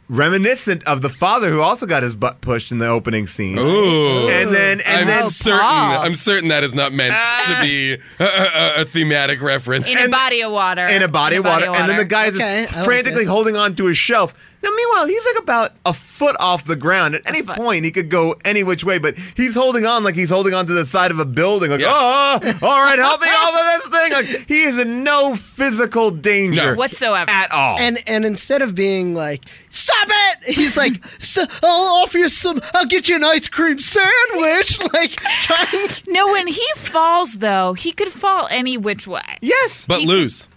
reminiscent of the father who also got his butt pushed in the opening scene. Ooh. And then and I'm then Ah. certain. Paul. I'm certain that is not meant to be a, a- a- a thematic reference. in a body of water. in a body, of, water, and then the guy is just Okay, I like frantically this. holding on to his shelf. Now, meanwhile, he's like about a foot off the ground. At any foot. point, he could go any which way, but he's holding on like he's holding on to the side of a building. Like, Yeah. oh, all right, help me off of this thing. Like, he is in no physical danger No. whatsoever. at all. and and instead of being like, "Stop it," he's like, "S- "I'll offer you some. I'll get you an ice cream sandwich." Like trying. no, when he falls, though, he could fall any which way. yes, but loose.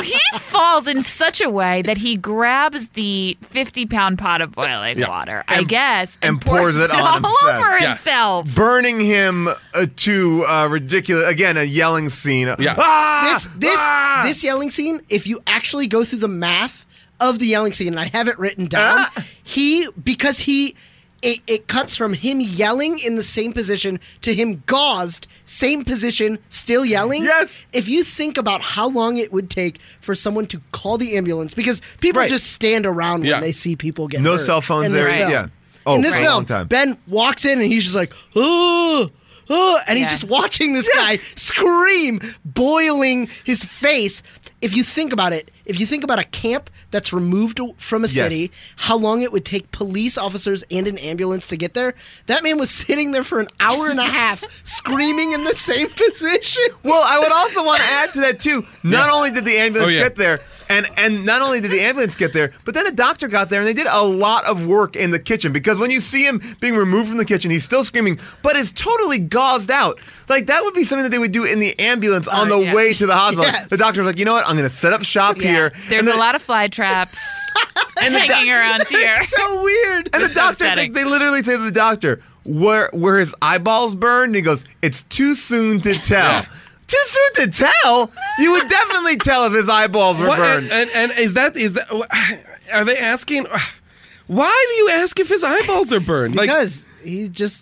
he falls in such a way that he grabs the 50 pound pot of boiling Yeah. water, I And- guess, and pours it on all himself. over Yeah. himself. burning him uh, to uh, ridiculous again a yelling scene. Yeah. Ah! this this Ah! this yelling scene if you actually go through the math of the yelling scene and i have it written down Ah. he because he it, it cuts from him yelling in the same position to him gauzed same position still yelling Yes. if you think about how long it would take for someone to call the ambulance because people Right. just stand around Yeah. when they see people get No hurt cell phones in this there, film. yeah. Oh, in this for a film long time. ben walks in and he's just like oh Oh, and he's Yeah. just watching this guy scream, boiling his face. If you think about it, if you think about a camp that's removed from a city, how long it would take police officers and an ambulance to get there, that man was sitting there for an hour and a half screaming in the same position. Well, I would also want to add to that too. Not only did the ambulance Oh, yeah. get there, and and not only did the ambulance get there, but then a doctor got there and they did a lot of work in the kitchen because when you see him being removed from the kitchen, he's still screaming, but is totally gauzed out. Like that would be something that they would do in the ambulance on the Uh, yeah. way to the hospital. Yes. The doctor's like, you know what? I'm going to set up shop Yeah. here. There's And the- a lot of fly traps hanging around here. so weird. And the It's so doctor, they, upsetting. they literally say to the doctor, where where his eyeballs burned? And he goes, it's too soon to tell. Too soon to tell. You would definitely tell if his eyeballs were What- uh, burned. and, and and is that is that are they asking? Why do you ask if his eyeballs are burned? because he just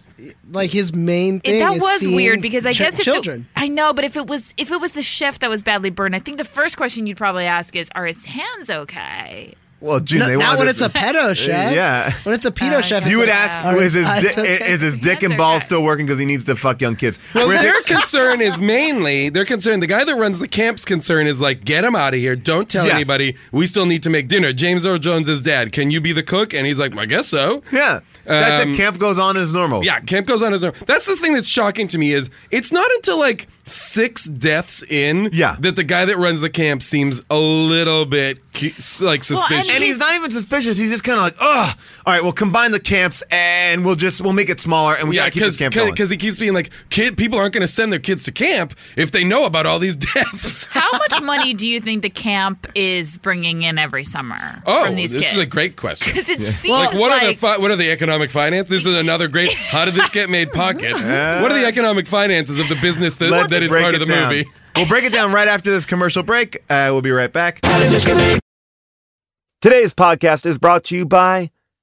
like his main thing. It, that is was seeing weird because I ch- guess if children. It, I know, but if it was if it was the chef that was badly burned, I think the first question you'd probably ask is, "Are his hands okay?" well, June, No, they not wanted when to- it's a pedo chef. Yeah. when it's a Uh, pedo chef. You it's would like, ask, "Are is his, eyes di- okay?" is his dick and That's ball okay. still working because he needs to fuck young kids? Well, We're- their concern is mainly their concern. The guy that runs the camp's concern is like, get him out of here. Don't tell Yes. anybody. We still need to make dinner. James Earl Jones is dead. Can you be the cook? And he's like, I guess so. yeah. That's Um, it. Camp goes on as normal. Yeah, camp goes on as normal. That's the thing that's shocking to me is it's not until like six deaths in Yeah. that the guy that runs the camp seems a little bit cu- s- like Well, and suspicious. And he's not even suspicious. He's just kind of like, ugh. All right, we'll combine the camps and we'll just we'll make it smaller and we yeah, gotta keep this camp going. because he keeps being like, kid, people aren't going to send their kids to camp if they know about all these deaths. How much money do you think the camp is bringing in every summer Oh, from these this kids? is a great question. because it seems like like, what are the fi- what are the economic finance? This is another great. How did this get made? Pocket. what are the economic finances of the business that, Let's that is break part of it the down. movie? We'll break it down right after this commercial break. Uh, we'll be right back. Today's podcast is brought to you by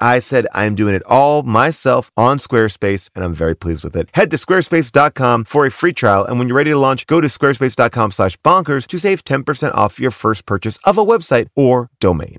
I said I'm doing it all myself on Squarespace, and I'm very pleased with it. Head to squarespace.com for a free trial, and when you're ready to launch, go to squarespace.com slash bonkers to save 10% off your first purchase of a website or domain.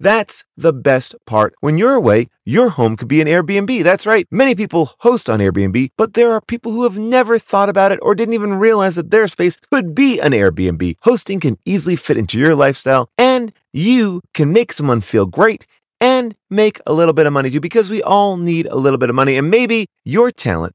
That's the best part. When you're away, your home could be an Airbnb. That's right. Many people host on Airbnb, but there are people who have never thought about it or didn't even realize that their space could be an Airbnb. Hosting can easily fit into your lifestyle, and you can make someone feel great and make a little bit of money too, because we all need a little bit of money. And maybe your talent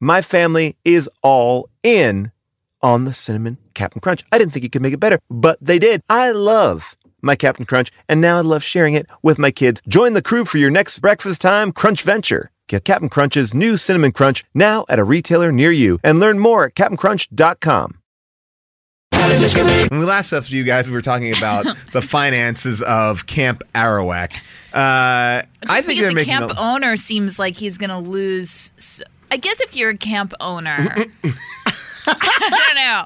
my family is all in on the cinnamon Captain Crunch. I didn't think you could make it better, but they did. I love my Captain Crunch, and now I love sharing it with my kids. Join the crew for your next breakfast time crunch venture. Get Captain Crunch's new cinnamon crunch now at a retailer near you, and learn more at CaptainCrunch.com. When we last left you guys, we were talking about the finances of Camp Arawak. Uh, I think Just because they're the making camp a- owner seems like he's going to lose. s I I guess if you're a camp owner, I don't know.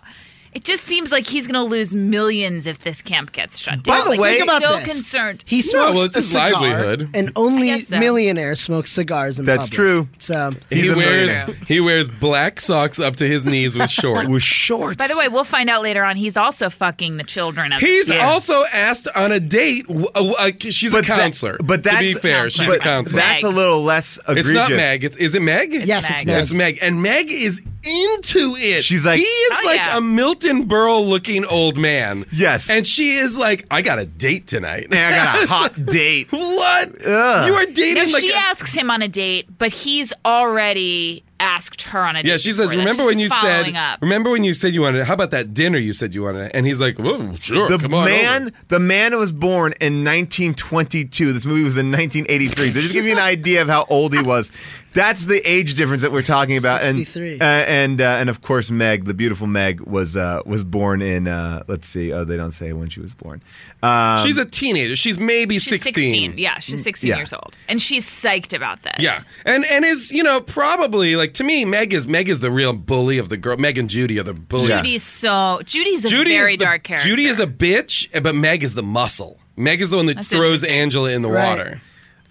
It just seems like he's going to lose millions if this camp gets shut down. By the Like, way, he's think about so this. concerned. He smokes well, it's a his cigar, livelihood. and only guess so. millionaires smoke cigars in That's public. true. So He's He a wears millionaire. he wears black socks up to his knees with shorts. with shorts. By the way, we'll find out later on. He's also fucking the children of. He's also asked on a date. w- w- uh, she's a that- counselor. but that's to be fair, she's a but counselor. That's a Meg. little less egregious. It's not Meg. It's, is it Meg? yes, it's Meg. Meg. It's Meg, and Meg is into it. She's like- he is Oh, like yeah. a Milton Berle looking old man. Yes. And she is like, I got a date tonight. Yeah, I got a hot date. What? You are dating No, like uh, she a- asks him on a date, but he's already asked her on a date. Yeah, she before says, this. remember She's when you just said following up. remember when you said you wanted how about that dinner you said you wanted? And he's like, Whoa, sure, the come on. man, over." the man was born in 1922. This movie was in 1983. So just to give you an idea of how old he was. That's the age difference that we're talking about. And 63. uh, and uh, and of course, Meg, the beautiful Meg, was uh, was born in. Uh, let's see. Oh, they don't say when she was born. Um, she's a teenager. She's maybe She's 16. Yeah, she's 16 Yeah. years old. And she's psyched about this. Yeah, and and is you know probably like to me Meg is Meg is the real bully of the girl. Meg and Judy are the bully. Judy's so. Judy's a very is the- dark character. Judy is a bitch, but Meg is the muscle. Meg is the one that That's throws interesting. Angela in the Right. water.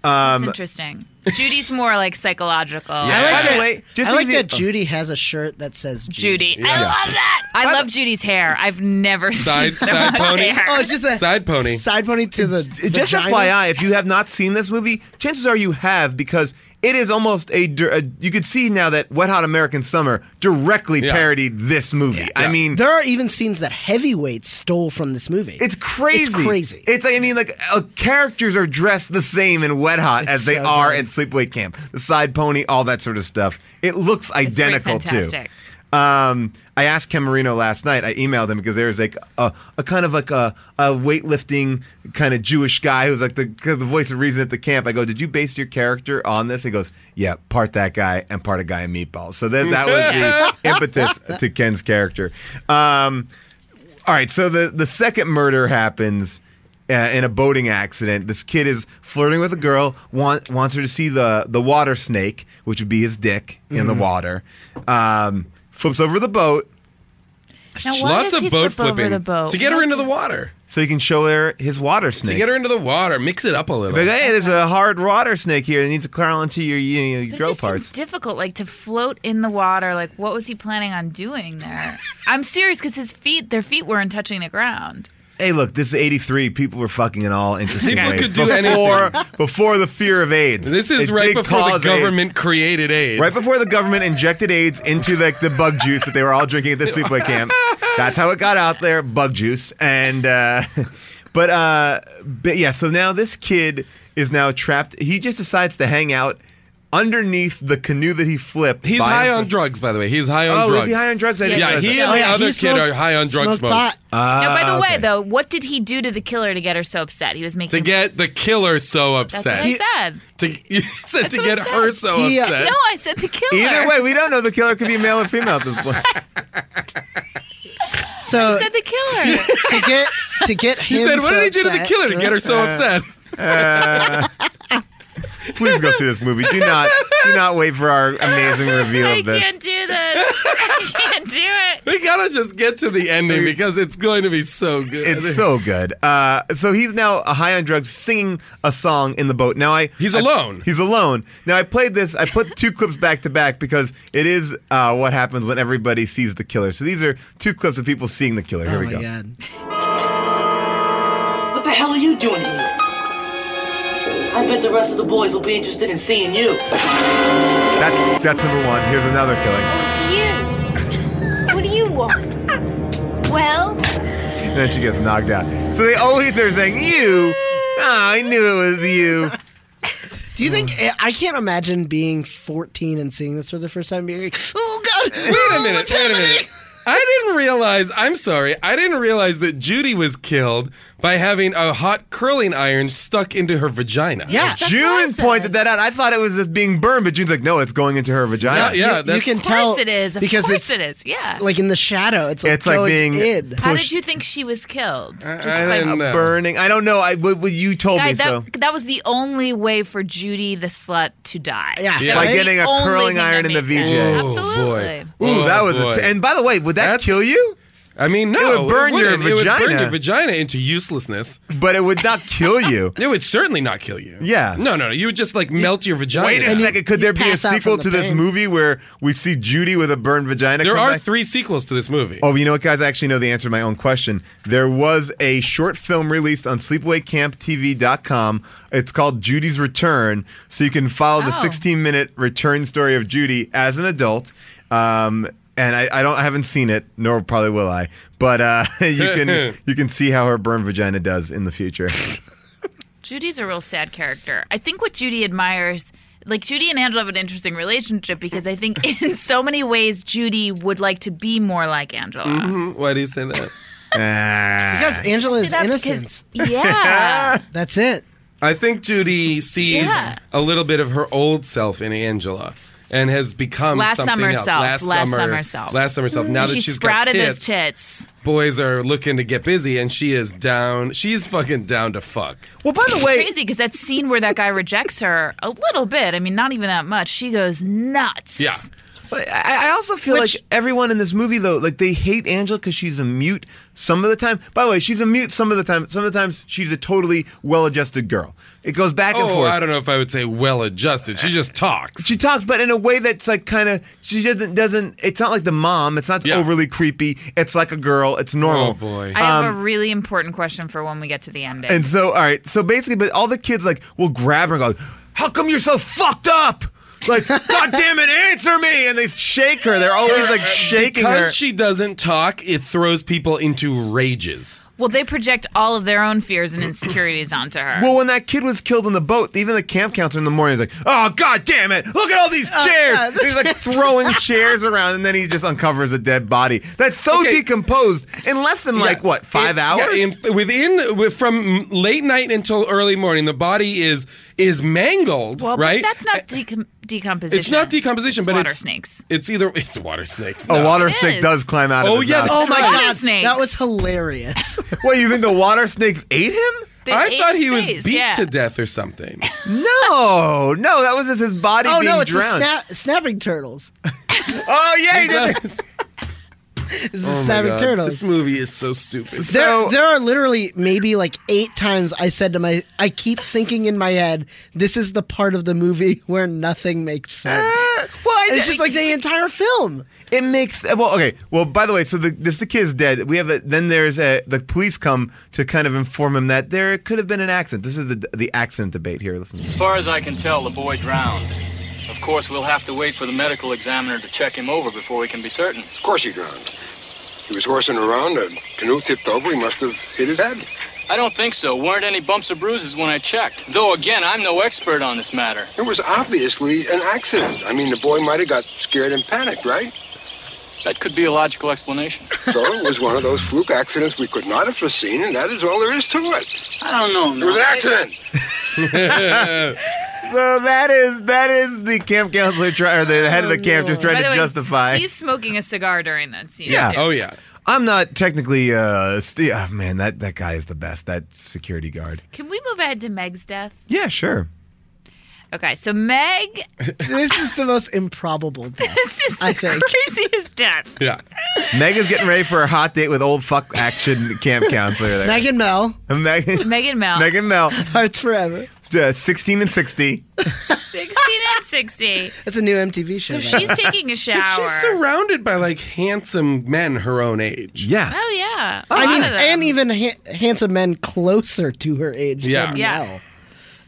It's interesting. Judy's more like psychological. um, Yeah. I like By the way, just I so like you- that Judy has a shirt that says Judy. Judy. I Yeah. love that. I love Judy's hair. I've never Side- seen so side much pony? hair. Oh, it's just that Side pony. Side pony to the Just vagina. FYI, if you have not seen this movie, chances are you have because it is almost a, dir- a you could see now that Wet Hot American Summer directly Yeah. parodied this movie. I mean, There are even scenes that heavyweights stole from this movie. it's crazy. It's crazy. It's like, I mean, like uh, characters are dressed the same in Wet Hot as they so are good. in Sleepaway Camp. The side pony, all that sort of stuff. It looks identical too. fantastic. Um, I asked Ken Marino last night. I emailed him because there was like a, a kind of like a, a weightlifting kind of Jewish guy who's like the the voice of reason at the camp. I go, did you base your character on this? He goes, yeah, part that guy and part a guy in meatballs. So that that was the impetus to Ken's character. Um, all right, so the the second murder happens uh, in a boating accident. This kid is flirting with a girl, want, wants her to see the the water snake, which would be his dick in the water. Um, flips over the boat Now, why Lots does of he boat flip over flipping the boat? to get her What- into the water. so he can show her his water snake. To get her into the water, mix it up a little. like, hey, there's a hard water snake here that needs to crawl into your, you know, your But girl it just seems parts. difficult, like to float in the water. Like, what was he planning on doing there? I'm serious because his feet, their feet weren't touching the ground. Hey, look, this is 83. People were fucking in all interesting People ways. could do before, anything. before the fear of AIDS. This is It right did before the cause AIDS. government created AIDS. Right before the government injected AIDS into like the bug juice that they were all drinking at the sleepaway camp. That's how it got out there, bug juice. And uh, but uh, but yeah, so now this kid is now trapped. He just decides to hang out underneath the canoe that he flipped. He's by high himself. on drugs, by the way. He's high on Oh, drugs. is he high on drugs? I didn't Yeah, realize he that. and Oh, the yeah, other he kid are high on drug smoked smoke. pot. now, by the okay. way, though, what did he do to the killer to get her so upset? He was making Ah, To get the killer so That's upset. what I said. To, you said That's to what I get said. her so He, uh, upset. No, I said the killer. Oh, Either way, we don't know the killer could be male or female at this point. so I said the killer. to get to get him. He said, "What so did he do to the upset- killer to get her so upset?" Please go see this movie. Do not do not wait for our amazing reveal I of this. can't do this. I can't do it. We gotta just get to the ending because it's going to be so good. It's so good. Uh, so he's now high on drugs, singing a song in the boat. Now I He's I- alone. He's alone. Now I played this. I put two clips back to back because it is uh, what happens when everybody sees the killer. So these are two clips of people seeing the killer. Here Oh we my go. god! What the hell are you doing here? I bet the rest of the boys will be interested in seeing you. That's that's number one. Here's another killing. It's you. What do you want? Well, And then she gets knocked out. So they always are saying you. Ah, I knew it was you. Do you think Mm. eh, I can't imagine being 14 and seeing this for the first time? Being like, oh god! Wait a minute. Wait a minute. I didn't realize. I'm sorry. I didn't realize that Judy was killed by having a hot curling iron stuck into her vagina. Yeah, what I June said. pointed that out. I thought it was just being burned, but June's like, no, it's going into her vagina. Yeah, yeah, you that's- can Of tell course it is. Of because course it's it is. Yeah. like in the shadow. It's like It's like going being- in. How push- did you think she was killed? I, Just I by- didn't know. Burning. I don't know. I what, what you told Guy, me that, so. that was the only way for Judy the slut to die. Yeah. That Yeah. was By the getting a only curling thing that iron in the made sense. VJ. Oh, Absolutely. boy. Ooh, Oh, that was a. boy. T- and by the way, would that That's- kill you? I mean, no, would burn your wouldn't. It would burn vagina. your vagina into uselessness. But it would not kill you. It would certainly not kill you. Yeah. No, no, no. You would just like melt your vagina. Wait a second. Could you there be a pass out sequel from to the this pain. movie where we see Judy with a burned vagina? There come are back? three sequels to this movie. Oh, you know what, guys? I actually know the answer to my own question. There was a short film released on sleepawaycamptv.com. It's called Judy's Return. So you can follow the Oh. 16 minute return story of Judy as an adult. Um, and I, I don't I haven't seen it, nor probably will I. But uh, you can you can see how her burn vagina does in the future. Judy's a real sad character. I think what Judy admires, like Judy and Angela have an interesting relationship because I think in so many ways Judy would like to be more like Angela. Mhm. Why do you say that? Because Angela is innocent. yeah. That's it. I think Judy sees Yeah. a little bit of her old self in Angela and has become Last something summer else. self, Last, last summer, summer self. Mm-hmm. Last summer self. Now And that she she's sprouted got those tits. boys are looking to get busy, and she is down. She's fucking down to fuck. Well, by It's crazy because that scene where that guy rejects her a little bit. I mean, not even that much. She goes nuts. Yeah. But I, I also feel like everyone in this movie, though, like they hate Angela because she's a mute some of the time. By the way, she's a mute some of the time. Some of the times she's a totally well-adjusted girl. It goes back and Oh, forth. I don't know if I would say well adjusted. She just talks. She talks, but in a way that's like kind of she doesn't doesn't. It's not like the mom. It's not overly creepy. It's like a girl. It's normal. Oh, boy. I have Um, a really important question for when we get to the ending. And so, all right. So basically, but all the kids like will grab her and go, "How come you're so fucked up?" Like, God damn it, answer me! And they shake her. They're always like shaking uh, because her. she doesn't talk, it throws people into rages. well, they project all of their own fears and insecurities onto her. Well, when that kid was killed on the boat, even the camp counselor in the morning is like, "Oh God damn it! Look at all these Oh, chairs!" yeah, And he's like throwing chairs around, and then he just uncovers a dead body that's so decomposed in less than like what five hours. Yeah, in, within with- from late night until early morning, the body is is mangled. Well, but right? that's not decom- decomposition. It's not decomposition, It's but water it's snakes. It's either it's water snakes. A No. water snake does climb out of Oh, his yeah, Oh. mouth. that's my right. god, that was hilarious. What, you think the water snakes ate him? They I ate thought he was his face, beat yeah. to death or something. Oh No, no, that was just his body oh being no, it's the drowned. snap- snapping turtles. oh yeah, he did. Does. It's the Oh my snapping God. turtles. This movie is so stupid. There, So- there are literally maybe like eight times I said to my, I keep thinking in my head, this is the part of the movie where nothing makes sense. Eh, Well, I And it's did- just like the entire film. It makes well okay. Well, by the way, so the, this the kid's dead. We have a, then there's a the police come to kind of inform him that there could have been an accident. This is the the accident debate here. Listen, As far as I can tell, the boy drowned. Of course, we'll have to wait for the medical examiner to check him over before we can be certain. Of course he drowned. He was horsing around, a canoe tipped over, he must have hit his head. I don't think so. Weren't any bumps or bruises when I checked. Though, again, I'm no expert on this matter. It was obviously an accident. I mean, the boy might have got scared and panicked, right? That could be a logical explanation. So it was one of those fluke accidents we could not have foreseen, and that is all there is to it. I don't know. It was an accident. so that is that is the camp counselor try or the head of the camp just trying Oh, By to the way, justify. He's smoking a cigar during that scene. Yeah. too. Oh, yeah. I'm not technically uh st- oh, man that that guy is the best. That security guard. Can we move ahead to Meg's death? Yeah, sure. Okay, so Meg, This is the most improbable death, this is I the think. craziest death. Yeah. Meg is getting ready for a hot date with old fuck action camp counselor there. Megan Mel, Megan Megan Mel, Megan Mel, Hearts Forever. uh, sixteen and sixty. 16 and 60. That's a new MTV show. So by the she's way. taking a 'Cause shower. She's surrounded by like handsome men her own age. Yeah. oh, yeah. A I lot mean, of them. and even ha- handsome men closer to her age Yeah. than Yeah. Mel.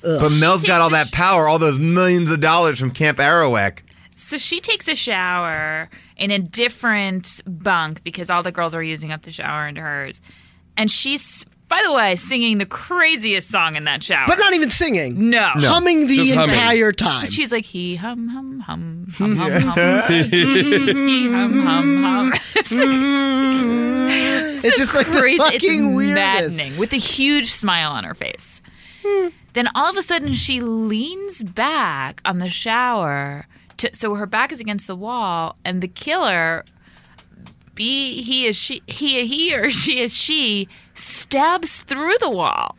But Mel's got all that power, all those millions of dollars from Camp Arawak. So she takes a shower in a different bunk because all the girls are using up the shower into hers. And she's, by the way, singing the craziest song in that shower. But not even singing. no. Humming the Just humming. entire time. But she's like, he hum, hum, hum, hum, hum, hum. he hum, hum, hum. It's like It's just like the crazy. fucking it's weirdest. maddening with a huge smile on her face. Then all of a sudden she leans back on the shower. To, so her back is against the wall, and the killer, be he is she, he he or she is she, stabs through the wall,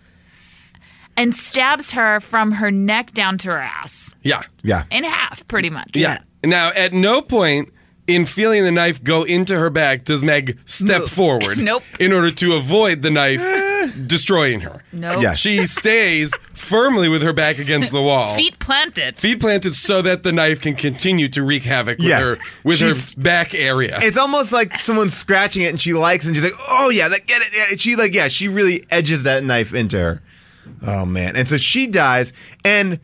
and stabs her from her neck down to her ass Yeah. Yeah. in half, pretty much. Yeah. Now, at no point in feeling the knife go into her back does Meg step Move. forward Nope. Eh. in order to avoid the knife destroying her. No. Yeah. She stays firmly with her back against the wall. Feet planted. Feet planted so that the knife can continue to wreak havoc with Yes. her with She's- her back area. It's almost like someone's scratching it and she likes it and she's like, oh yeah, that, get it. Yeah. And she like, yeah, she really edges that knife into her. Oh man. And so she dies and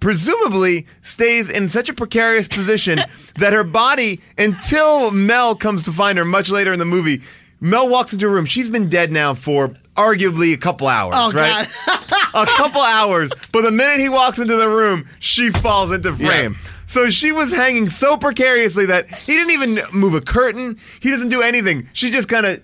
presumably stays in such a precarious position that her body, until Mel comes to find her much later in the movie, Mel walks into a room. She's been dead now for arguably a couple hours, Oh, right? a couple hours. But the minute he walks into the room, she falls into frame. So she was hanging so precariously that he didn't even move a curtain. He doesn't do anything. She just kind of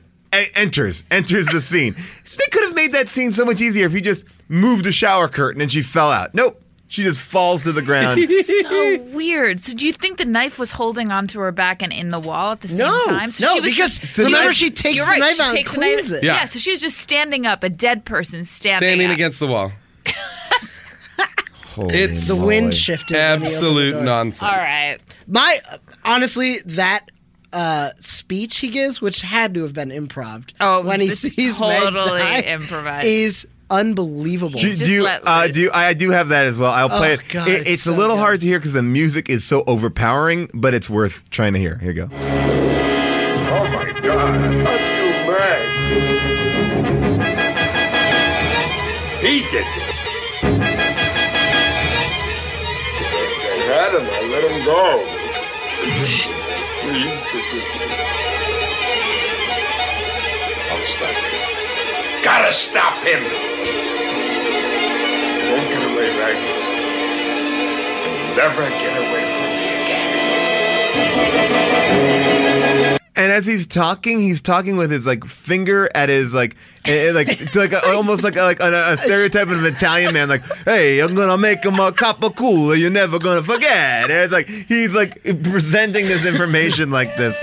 enters, enters the scene. They could have made that scene so much easier if he just moved the shower curtain and she fell out. Nope. She just falls to the ground. so weird. So do you think the knife was holding onto her back and in the wall at the same No, time? So no, she was because just- remember was- she takes you're the right, knife she out and takes the knife- cleans it. Yeah. Yeah. so she was just standing up, a dead person standing. standing up. against the wall. it's The wind shifted. Absolute nonsense. All right. My honestly, that uh, speech he gives, which had to have been improv. Oh, when he this is sees Meg totally die, improvised. is unbelievable. Do, do you, uh, do you, I do have that as well. I'll play Oh, it. God, It- it's It's, a so little hard to hear because the music is so overpowering, but it's worth trying to hear. Here you go. Oh my God! He did it. They had him. I let him go. I'll stop him. Gotta stop him. Won't get away, right? He'll Never get away from me again. And as he's talking, he's talking with his like finger at his like, eh, eh, like to, like a, almost like a, like a, a stereotype of an Italian man. Like, hey, I'm gonna make him a cup of cool, you're never gonna forget. And it's like he's like presenting this information like this.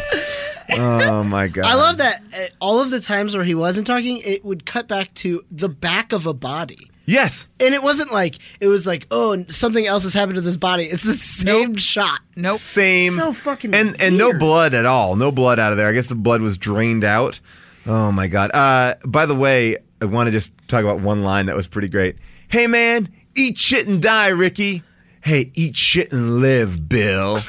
Oh my god! I love that uh, all of the times where he wasn't talking, it would cut back to the back of a body. Yes. And it wasn't like it was like oh something else has happened to this body. It's the same shot. Nope. Same. So fucking and and no blood at all. No blood out of there. I guess the blood was drained out. Oh my god. Uh, by the way, I want to just talk about one line that was pretty great. Hey man, eat shit and die, Ricky. Hey, eat shit and live, Bill.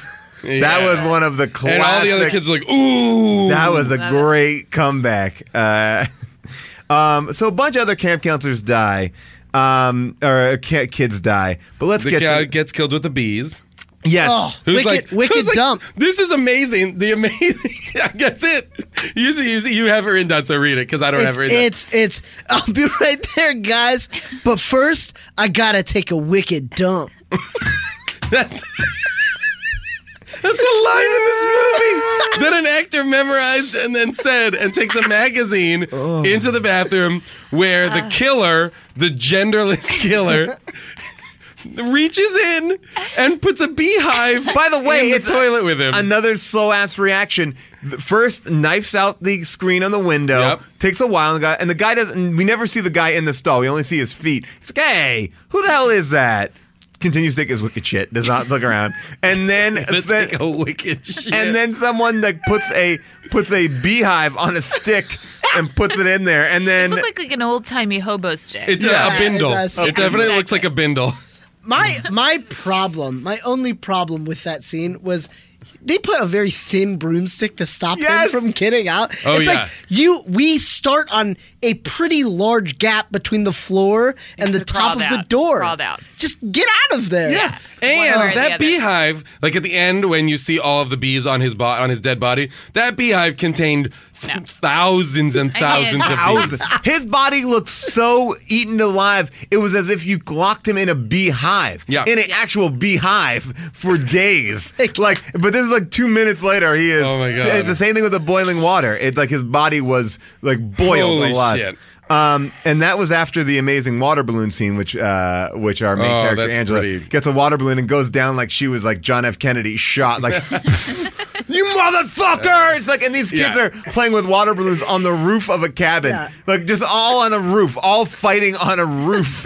That Yeah. was one of the classic. And all the other kids were like, ooh. That was a That- great comeback. Uh, um, so a bunch of other camp counselors die, um, or ki- kids die. But let's the get cow to, gets killed with the bees. Yes. Oh, wicked- wicked like, dump. This is amazing. The amazing. That's it. You, see- you, see- you have it written down, so read it because I don't it's, have it written down. It's it's. I'll be right there, guys. But first, I gotta take a wicked dump. That's That's a line in this movie that an actor memorized and then said and takes a magazine Oh. into the bathroom where the killer, the genderless killer, reaches in and puts a beehive By the way, in the it's toilet with him. Another slow ass reaction. The First, knifes out the screen on the window. Takes a while, and the guy, and the guy doesn't. We never see the guy in the stall. We only see his feet. It's like, hey, who the hell is that? Continues to take his wicked shit. Does not look around, and then, then- take a wicked shit. and then someone like puts a puts a beehive on a stick and puts it in there, and It then looked like, like an old timey hobo stick. It's a bindle. It, definitely looks like a bindle. My my problem, my only problem with that scene was they put a very thin broomstick to stop Yes! him from getting out. Oh, it's yeah. like you we start on a pretty large gap between the floor and the top of crawled the out, door. crawled out. Just get out of there. Yeah. And that beehive, like at the end when you see all of the bees on his bo- on his dead body, that beehive contained th- thousands and thousands of bees. Thousands. His body looks so eaten alive. It was as if you glocked him in a beehive. Yeah. In an actual beehive for days. like, but this is like two minutes later. He is. Oh my God. The same thing with the boiling water. It's like his body was like boiled Holy alive. shit. Um, and that was after the amazing water balloon scene, which uh, which our main Oh, character that's Angela pretty- gets a water balloon and goes down like she was like John F. Kennedy shot, like You motherfucker! It's like, and these kids Yeah. are playing with water balloons on the roof of a cabin. Yeah. Like, just all on a roof, all fighting on a roof.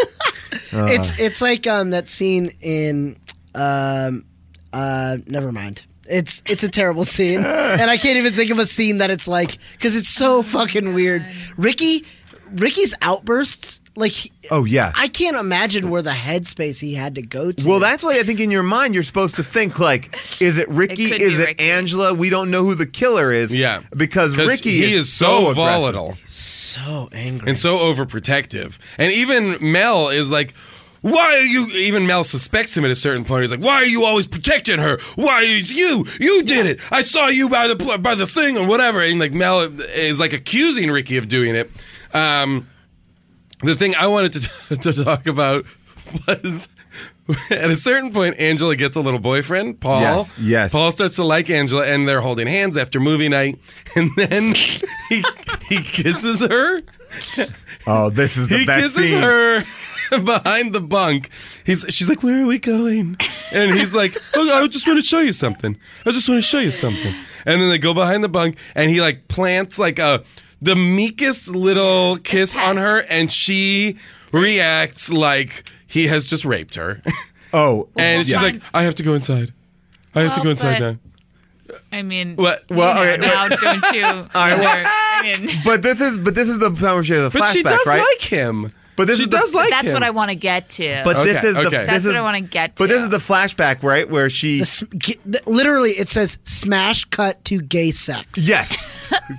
Uh, It's it's like um that scene in um uh never mind. It's it's a terrible scene, and I can't even think of a scene that it's like because it's so Oh fucking weird. Ricky, Ricky's outbursts like he- oh, yeah. I can't imagine where the headspace he had to go to. Well, that's why I think in your mind you're supposed to think like, is it Ricky? could is be it Ricky. Angela? We don't know who the killer is. Yeah, because 'Cause Ricky he is, is so aggressive. volatile. so angry and so overprotective. And even Mel is like, Why are you? Even Mel suspects him at a certain point. He's like, "Why are you always protecting her? Why is you? You did it. I saw you by the pl- by the thing or whatever." And like Mel is like accusing Ricky of doing it. Um, the thing I wanted to t- to talk about was at a certain point Angela gets a little boyfriend, Paul. Yes, yes. Paul starts to like Angela, and they're holding hands after movie night, and then he he kisses her. Oh, this is the he best kisses scene. her behind the bunk. He's she's like, "Where are we going?" And he's like, "Look, I just want to show you something. I just want to show you something." And then they go behind the bunk, and he like plants like a the meekest little kiss on her, and she reacts like he has just raped her. Oh, and she's yeah. like, "I have to go inside. I have to Well, go inside Oh, but- now." I mean, What- you well, know, okay, now but- don't you? right, well- either- I mean, But this is but this is the conversation of the But she flashback, does right? like him. But this She is the- does like that's what I want to get to. But this is the okay. this that's is, what I want to get to. But this is the flashback, right, where she The sm- g- the- literally, it says smash cut to gay sex. yes,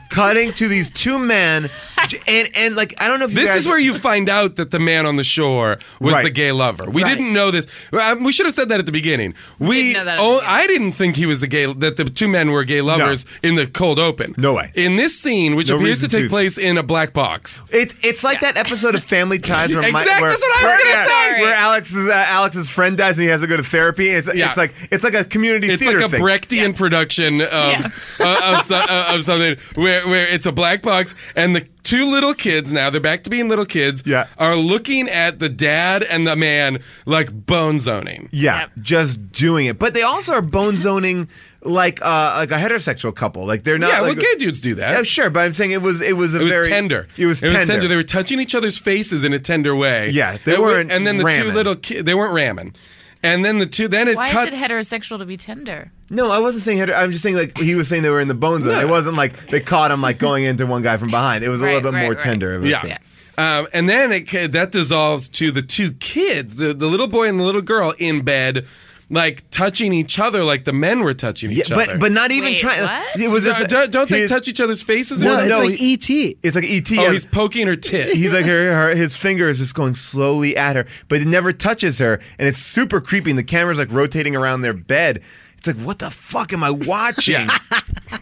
cutting to these two men, j- and and like I don't know if you This guys, is where you find out that the man on the shore was Right. the gay lover. We Right. didn't know this. Um, We should have said that at the beginning. We, didn't know that at the oh, beginning. I didn't think he was the gay that the two men were gay lovers in the cold open. No way. In this scene, which No appears to reason take to. place in a black box. It, it's like that episode of Family Ties where, my, Exact- where that's what I was where- gonna yeah, say. where Alex's uh, Alex's friend dies and he has to go to therapy. It's Yeah. it's like it's like a community It's theater like a thing. Brechtian production of, Yeah. uh, of, so- uh, of something where, where it's a black box and the two little kids now they're back to being little kids Yeah. are looking at the dad and the man like bone zoning. Yeah, Yep. just doing it. But they also are bone zoning like uh, like a heterosexual couple. Like they're not. yeah, like, well, gay dudes do that. Yeah, sure, but I'm saying it was it was a It was very tender. It was tender. They were touching each other's faces in a tender way. Yeah, they And we- weren't And then the ramming. two little kids, they weren't ramming. And then the two, then it Why cuts. is it heterosexual to be tender? no, I wasn't saying heter- I'm just saying like he was saying they were in the bone zone. It wasn't like they caught him like going into one guy from behind. It was a Right, little bit right, more right. tender. Of a yeah. scene. Um, and then it ca- that dissolves to the two kids, the the little boy and the little girl in bed, like touching each other, like the men were touching Yeah, each other. but but not even Wait, trying. what? It was just Uh, don't, don't they he's- touch each other's faces? or No, something? it's no, E like ET. It's like ET. Oh, and- he's poking her tit. He's like her, her, his finger is just going slowly at her, but it never touches her, and it's super creepy. And the camera's like rotating around their bed. It's like, what the fuck am I watching?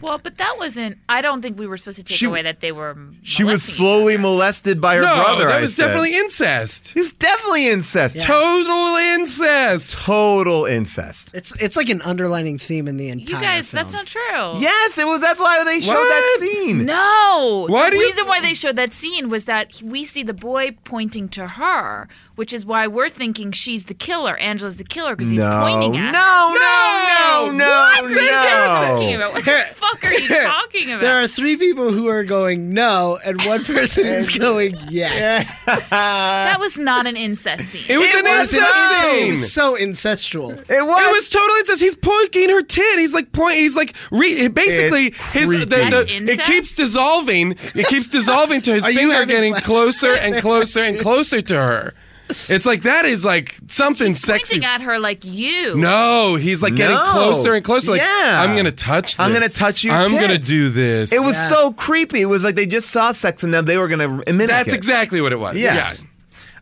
Well, but that wasn't. I don't think we were supposed to take She- away that they were. she was molesting each slowly other. molested by her no, brother. that I was said. definitely incest. It's definitely incest. Total incest. Total incest. It's it's like an underlining theme in the entire. You guys, film. that's not true. Yes, it was. That's why they showed that What? scene. No. the Why do you- reason why they showed that scene was that we see the boy pointing to her, which is why we're thinking she's the killer. Angela's the killer because he's No. pointing at her. No, no, no, no, What are you guys no. talking about? What the fuck are you talking about? There are three people who are going no, and one person is going yes. that was not an incest scene. It was It an was incest an It scene. was so incestual. It was. It was totally incest. He's poking her tit. He's like point. He's like re, basically It's his the, creepy. the, That's it incest? keeps dissolving. It keeps dissolving to his Are you finger having getting flash- closer and closer and closer to her. It's like that is like something He's sexy. pointing at her like you. no, he's like getting No. closer and closer. Like Yeah. I'm gonna touch. This. I'm gonna touch your I'm gonna tits." do this. It was so creepy. It was like they just saw sex and now they were gonna mimic That's it. exactly what it was. Yes.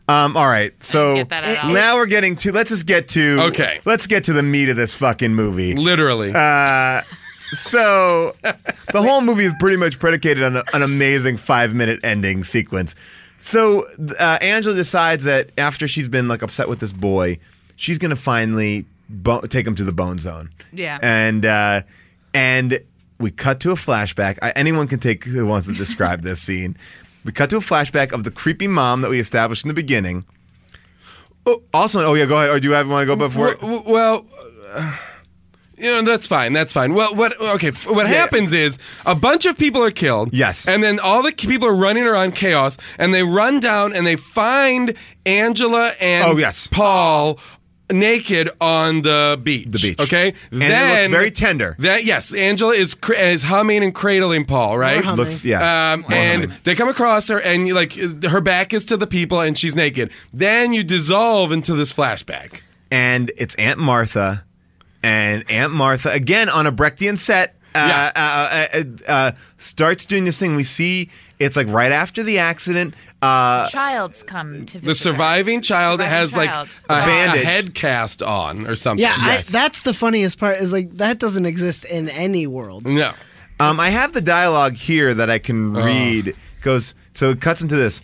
Yeah. Um, all right, so get that at all. now we're getting to. Let's just get to. Okay. Let's get to the meat of this fucking movie. Literally. Uh, so the whole movie is pretty much predicated on a, an amazing five-minute ending sequence. So uh, Angela decides that after she's been like upset with this boy, she's gonna finally bo- take him to the bone zone. Yeah. And uh, and we cut to a flashback. I, anyone can take who wants to describe this scene. We cut to a flashback of the creepy mom that we established in the beginning. Also, oh yeah, go ahead. Or do you have want to go before? W- w- well, uh, you know that's fine. That's fine. Well, what? Okay, f- what happens is a bunch of people are killed. Yes. and then all the k- people are running around chaos, and they run down and they find Angela and Oh, yes. Paul. Naked on the beach. The beach. Okay. And it looks very tender. That yes, Angela is cr- is humming and cradling Paul. Right. humming. Looks yeah. Um, and they come across her, and you, like her back is to the people, and she's naked. Then you dissolve into this flashback. and it's Aunt Martha, and Aunt Martha again on a Brechtian set. Uh, uh, uh, uh, uh, starts doing this thing. We see it's like right after the accident. Uh, Child's come to The surviving child Surviving has child. like a, a Bandage. head cast on or something. Yeah, I, that's the funniest part. Is like that doesn't exist in any world. No. Um, I have the dialogue here that I can read. Goes so it cuts into this.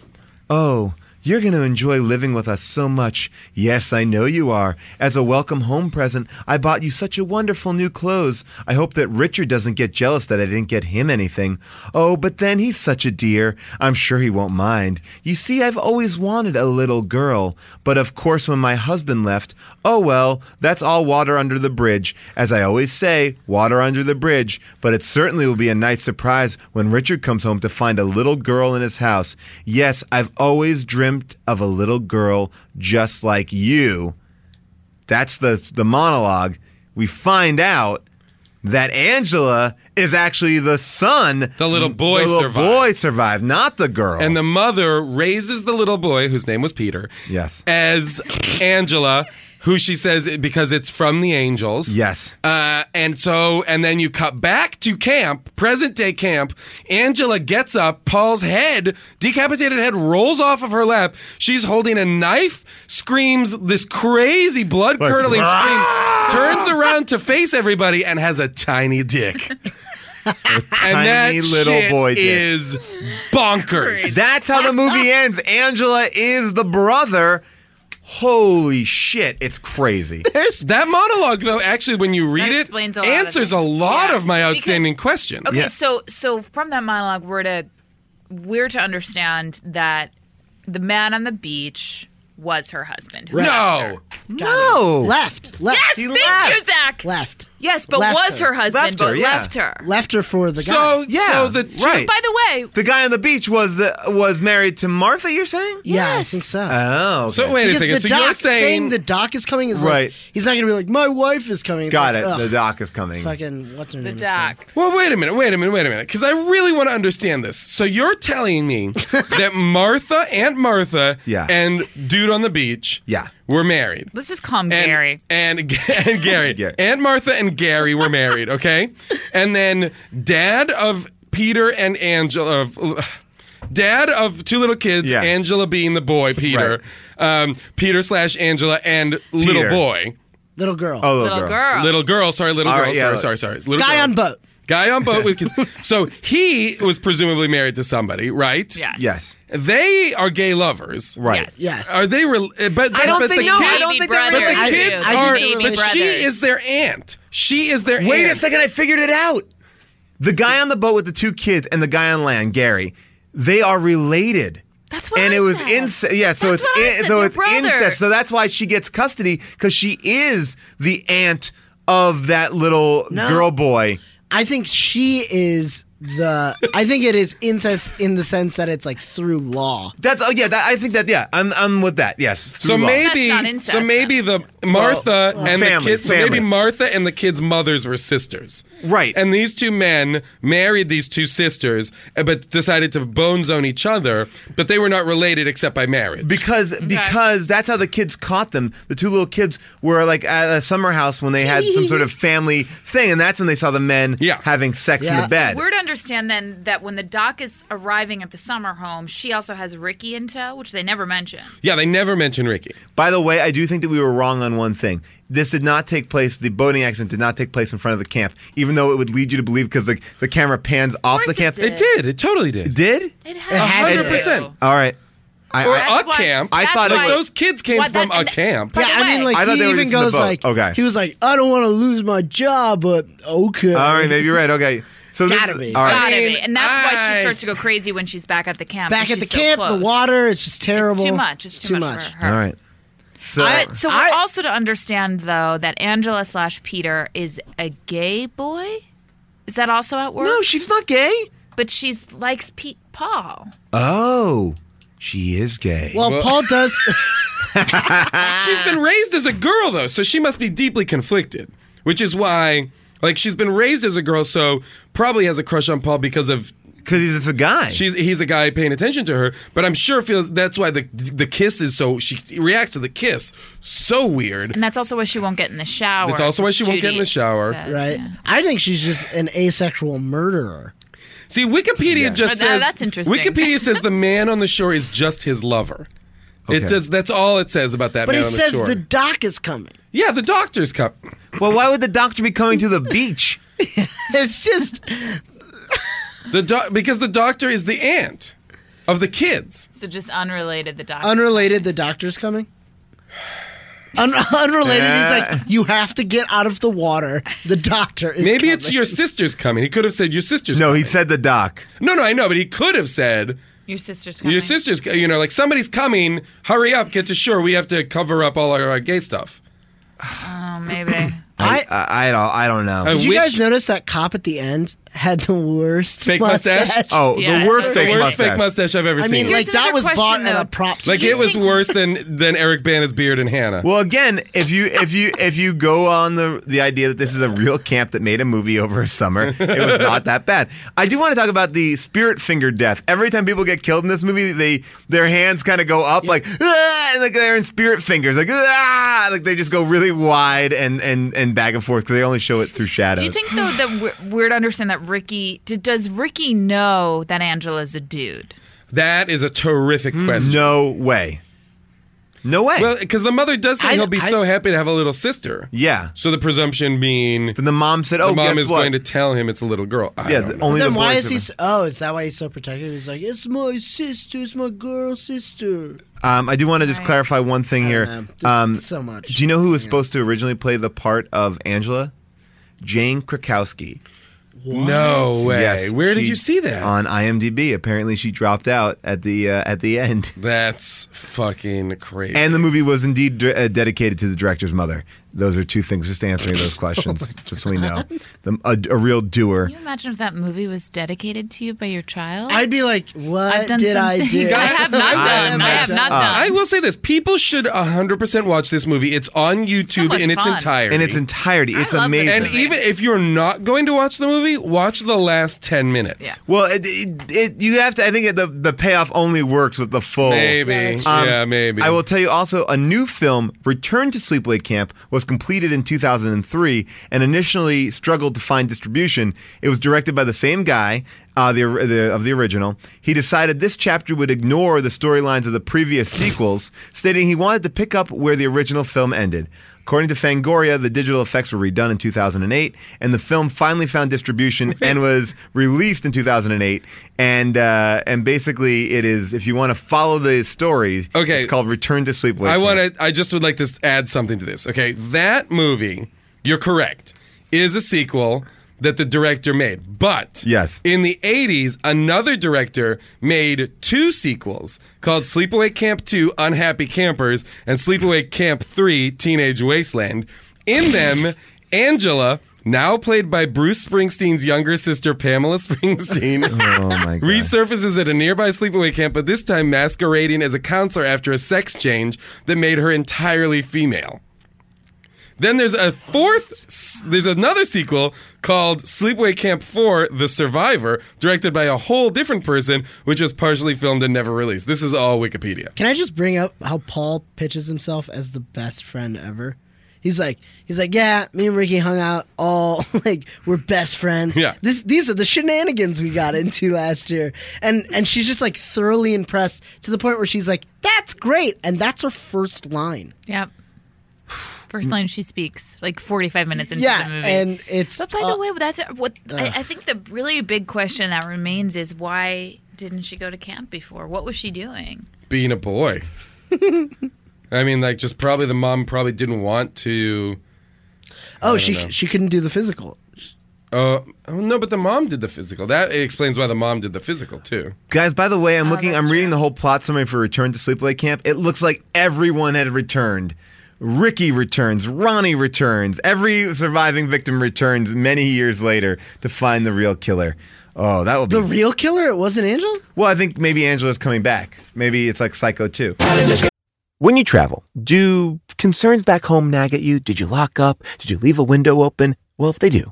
Oh, you're going to enjoy living with us so much. Yes, I know you are. As a welcome home present, I bought you such a wonderful new clothes. I hope that Richard doesn't get jealous that I didn't get him anything. Oh, but then he's such a dear. I'm sure he won't mind. You see, I've always wanted a little girl. But of course, when my husband left, oh well, that's all water under the bridge. As I always say, water under the bridge. But it certainly will be a nice surprise when Richard comes home to find a little girl in his house. Yes, I've always dreamt of a little girl just like you. That's the the monologue. We find out that Angela is actually the son. The little boy The little survived. boy survived, not the girl. And the mother raises the little boy, whose name was Peter, yes. as Angela, who she says it- because it's from the angels. Yes. Uh, and so, and then you cut back to camp, present day camp. Angela gets up. Paul's head, decapitated head, rolls off of her lap. She's holding a knife, screams this crazy blood curdling scream, turns around to face everybody, and has a tiny dick. and that tiny little shit boy dick. is bonkers. That's how the movie ends. Angela is the brother. Holy shit, it's crazy. that monologue, though, actually, when you read it, explains a lot of answers a things. lot Yeah. of my Because- outstanding questions. Okay, so so from that monologue, we're to we're to understand that the man on the beach was her husband. who left her. no, No. Left. Left. Yes, He thank you, left. Zach. Left. Yes, but Left was her, her. husband, Left her, but yeah. left her. Left her for the guy. So, Yeah, so the two- right. By the way, The guy on the beach was the, was married to Martha. You're saying? yeah, I yes. think so. Oh, okay. So wait a Because second. the So doc you're saying, the doc is coming is Right. like he's not gonna be like my wife is coming. It's got like, it. ugh, The doc is coming. Fucking what's her the name? is coming. doc. well, wait a minute, wait a minute, wait a minute, because I really want to understand this. So you're telling me that Martha, Aunt Martha, Yeah. and dude on the beach, Yeah. were married. Let's just call him and, Gary. And, and Gary. Gary. Aunt Martha and Gary were married, okay? And then dad of Peter and Angela of dad of two little kids, Yeah. Angela being the boy, Peter. Um, Peter slash Angela and Peter. little boy. Little girl. Oh, Little girl. Little girl, sorry, little All girl, right, yeah, sorry, look. sorry, sorry, Little guy girl. on boat. Guy on boat with kids. So he was presumably married to somebody, right? Yes. Yes. They are gay lovers. Right. Yes. Yes. Are they? Rel- uh, but I don't but think- the no, I kids, don't Baby think they're- But the brothers, I think- kids I think are. they're baby But she brothers. is their aunt. She is their Wait aunt. a second, I figured it out. The guy on the boat with the two kids and the guy on land, Gary, they are related. That's what and I it was said. incest. Yeah, so That's it's what I in- said, so they're it's incest. brothers. So that's why she gets custody because she is the aunt of that little girl boy. I think she is the. I think it is incest in the sense that it's like through law. That's oh yeah. That, I think that yeah. I'm I'm with that. Yes. So through law. maybe, That's not incest, so maybe the Martha and Family, the kids. So family. maybe Martha and the kids' mothers were sisters, Right. And these two men married these two sisters, uh, but decided to bone zone each other. But they were not related except by marriage. Because because that's how the kids caught them. The two little kids were like at a summer house when they had some sort of family thing, and that's when they saw the men Yeah. having sex in Yeah. the bed. We're to understand then that when the doc is arriving at the summer home, she also has Ricky in tow, which they never mention. yeah, they never mention Ricky. By the way, I do think that we were wrong on one thing. This did not take place. The boating accident did not take place in front of the camp, even though it would lead you to believe because the, the camera pans off course the it camp. did. It did. It totally did. did? It had has to. to. 100%. All right. I, Or I- a camp. I that's thought it why- was- Those kids came Why, from that- a that- camp. by the yeah, I mean, way- like I thought he they were even just in the goes boat. like, Okay. he was like, I don't want to lose my job, but okay. all right, maybe you're right. Okay. So this Gotta be. All right. Gotta mean, be. And that's why I- she starts to go crazy when she's back at the camp. Back at and the she's so camp, close. the water, it's just terrible. It's too much. It's too, much, for her. All right. So But so we're I- also to understand though that Angela slash Peter is a gay boy. Is that also at work? No, she's not gay. but she's likes Pete Paul. Oh. She is gay. Well, Oh, Paul does. She's been raised as a girl though, so she must be deeply conflicted, which is why like she's been raised as a girl, so probably has a crush on Paul because of Because he's just a guy. She's he's a guy paying attention to her, but I'm sure feels that's why the the kiss is so she reacts to the kiss so weird. And that's also why she won't get in the shower. That's also why she won't get in the Judy shower. says, right? I think she's just an asexual murderer. See, Wikipedia Yeah. just Oh, now says that's interesting. Wikipedia says the man on the shore is just his lover. Okay. It does. That's all it says about that But man it on the says shore. the doc is coming. yeah, the doctor's cup. Well, why would the doctor be coming to the beach? It's just The doc because the doctor is the aunt of the kids. So just unrelated, the doctor. unrelated. The doctor's coming. Un- unrelated. He's like, you have to get out of the water. The doctor is. Maybe it's coming." your sister's coming. He could have said your sister's. No, he said the doc. No, no, I know, but he could have said Your sister's coming. your sister's. co- You know, like somebody's coming. Hurry up, get to shore. We have to cover up all our, our gay stuff. Oh, maybe. I I, I don't I don't know. I Did you wish- guys notice that cop at the end had the worst Fake mustache? Oh, the Yeah, worst the fake worst mustache. fake mustache I've ever I seen. mean, like that another was bought question, at though. a prop. Like it was worse than than Eric Bana's beard and Hannah. Well, again, if you if you if you go on the the idea that this is a real camp that made a movie over a summer, it was not that bad. I do want to talk about the spirit finger death. Every time people get killed in this movie, they their hands kind of go up like ah, and like they're in spirit fingers, like ah, like they just go really wide and and and back and forth because they only show it through shadows. Do you think though that we're, we're to understand that Ricky did, does Ricky know that Angela's a dude? That is a terrific question. Mm, No way. No way. Well, because the mother does say I- he'll be I- so happy to have a little sister. yeah. So the presumption being, Then the mom said, "Oh, the mom guess is what?" going to tell him it's a little girl. I Yeah, don't the- know. only Then the why boys is are- he? s- Oh, is that why he's so protective? He's like, it's my sister, it's my girl sister. Um, I do want to just clarify one thing here. Um, so much. Do you know who was supposed to originally play the part of Angela? Jane Krakowski. No way. Yes, Where did she- you see that? On IMDb. Apparently, she dropped out at the uh, at the end. That's fucking crazy. And the movie was indeed dr- uh, dedicated to the director's mother. Those are two things. Just answering those Oh questions, just so we know. The, a, a real doer. Can you imagine if that movie was dedicated to you by your child? I'd be like, what I've done did I something. do? I have not I done. I have uh, not done. I will say this: people should 100% watch this movie. It's on YouTube much in its fun. entirety. In its entirety, it's amazing. and even if you're not going to watch the movie, watch the last 10 minutes. Yeah. Well, it, it, it, you have to. I think the the payoff only works with the full. Maybe. Um, yeah, maybe. I will tell you also a new film, Return to Sleepaway Camp, was completed in 2003 and initially struggled to find distribution. It was directed by the same guy uh, the, the, of the original. He decided this chapter would ignore the storylines of the previous sequels, stating he wanted to pick up where the original film ended. According to Fangoria, the digital effects were redone in 2008, and the film finally found distribution and was released in 2008. And uh, and basically, it is if you want to follow the stories, Okay. it's called Return to Sleepaway. I Camp. want to. I just would like to s- add something to this. Okay, that movie, you're correct, is a sequel that the director made. But Yes. in the '80s, another director made two sequels called Sleepaway Camp 2: Unhappy Campers and Sleepaway Camp 3: Teenage Wasteland. In them, Angela. Now played by Bruce Springsteen's younger sister Pamela Springsteen. Oh my god! resurfaces at a nearby sleepaway camp, but this time masquerading as a counselor after a sex change that made her entirely female. Then there's a fourth, s- there's another sequel called Sleepaway Camp 4 The Survivor, directed by a whole different person, which was partially filmed and never released. This is all Wikipedia. Can I just bring up how Paul pitches himself as the best friend ever? He's like, he's like, yeah, me and Ricky hung out all like we're best friends. Yeah. This these are the shenanigans we got into last year. And and she's just like thoroughly impressed to the point where she's like, That's great. And that's her first line. Yep. First line she speaks, like 45 minutes into yeah. the movie. And it's but by uh, the way, that's what Ugh. I, I think the really big question that remains is why didn't she go to camp before? What was she doing? Being a boy. I mean, like, just probably the mom probably didn't want to. Oh, don't she know. she couldn't do the physical. Uh, oh, no, but the mom did the physical. That explains why the mom did the physical, too. Guys, by the way, Oh, I'm looking. I'm reading the whole plot summary for Return to Sleepaway Camp. It looks like everyone had returned. Ricky returns. Ronnie returns. Every surviving victim returns many years later to find the real killer. Oh, that will be The real killer, it wasn't Angela? Well, I think maybe Angela's coming back. Maybe it's like Psycho 2. When you travel, do concerns back home nag at you? Did you lock up? Did you leave a window open? Well, if they do,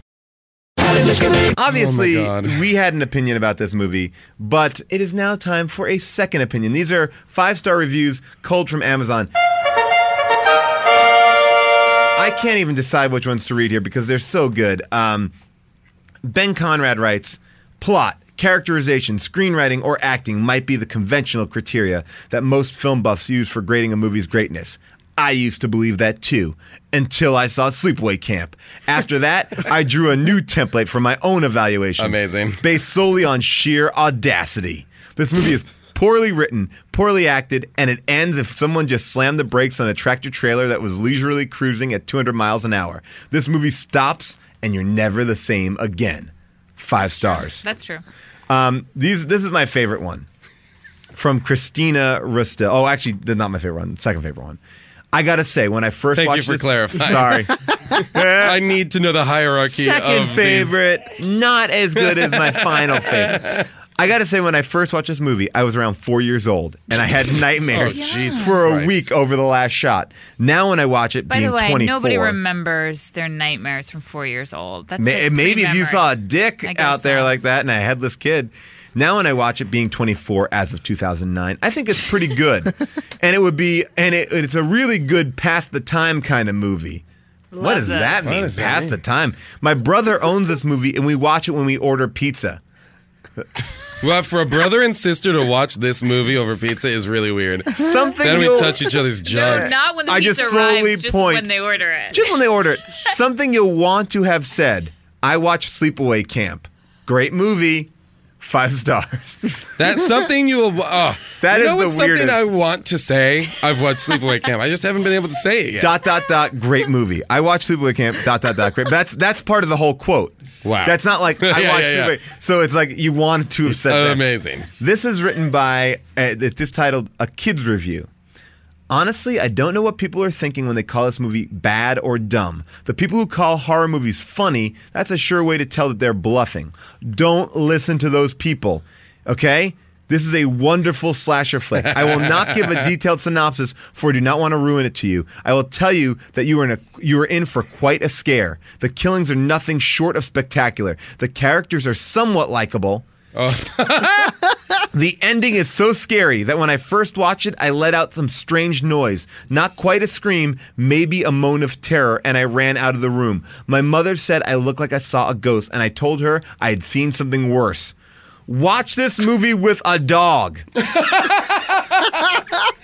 Obviously, we had an opinion about this movie, but it is now time for a second opinion. These are five star reviews culled from Amazon. I can't even decide which ones to read here because they're so good. Um, ben Conrad writes Plot, characterization, screenwriting, or acting might be the conventional criteria that most film buffs use for grading a movie's greatness. I used to believe that too until I saw Sleepaway Camp. After that, I drew a new template for my own evaluation. Amazing. Based solely on sheer audacity. This movie is poorly written, poorly acted, and it ends if someone just slammed the brakes on a tractor trailer that was leisurely cruising at 200 miles an hour. This movie stops and you're never the same again. Five stars. That's true. Um, these this is my favorite one from Christina Rusta. Oh, actually, th- not my favorite one. Second favorite one. I gotta say, when I first Thank watched you for this- clarifying. Sorry, I need to know the hierarchy. second of these- favorite, not as good as my final favorite. I gotta say, when I first watched this movie, I was around four years old, and I had nightmares Oh, Jesus for a Christ. week over the last shot. Now, when I watch it, By being the way, 24, nobody remembers their nightmares from four years old. That's May- a maybe if you pre-memory. saw a dick I guess out there like that and a headless kid. Now, when I watch it being 24 as of 2009, I think it's pretty good, and it would be, and it, it's a really good past the time kind of movie. what Love does it. that What mean? does that past mean? the time. My brother owns this movie, and we watch it when we order pizza. Well, for a brother and sister to watch this movie over pizza is really weird. Something Then we you'll- touch each other's No, junk. not when the I pizza just slowly arrives, just point. when they order it. Just when they order it, something you'll want to have said. I watched Sleepaway Camp. Great movie. Five stars. That's something you will. Oh, That you is the know what's something weirdest. I want to say. I've watched Sleepaway Camp. I just haven't been able to say it yet. Dot dot dot. Great movie. I watched Sleepaway Camp. Dot dot dot. Great. That's that's part of the whole quote. Wow. That's not like I Yeah, watched yeah, yeah. Sleepaway. So it's like you wanted to have said Amazing. This. this is written by uh, it's just titled a kids review. Honestly, I don't know what people are thinking when they call this movie bad or dumb. The people who call horror movies funny, that's a sure way to tell that they're bluffing. Don't listen to those people, okay? This is a wonderful slasher flick. I will not give a detailed synopsis, for I do not want to ruin it to you. I will tell you that you are in a you are in for quite a scare. The killings are nothing short of spectacular. The characters are somewhat likable. The ending is so scary that when I first watched it, I let out some strange noise. Not quite a scream, maybe a moan of terror, and I ran out of the room. My mother said I looked like I saw a ghost, and I told her I had seen something worse. Watch this movie with a dog.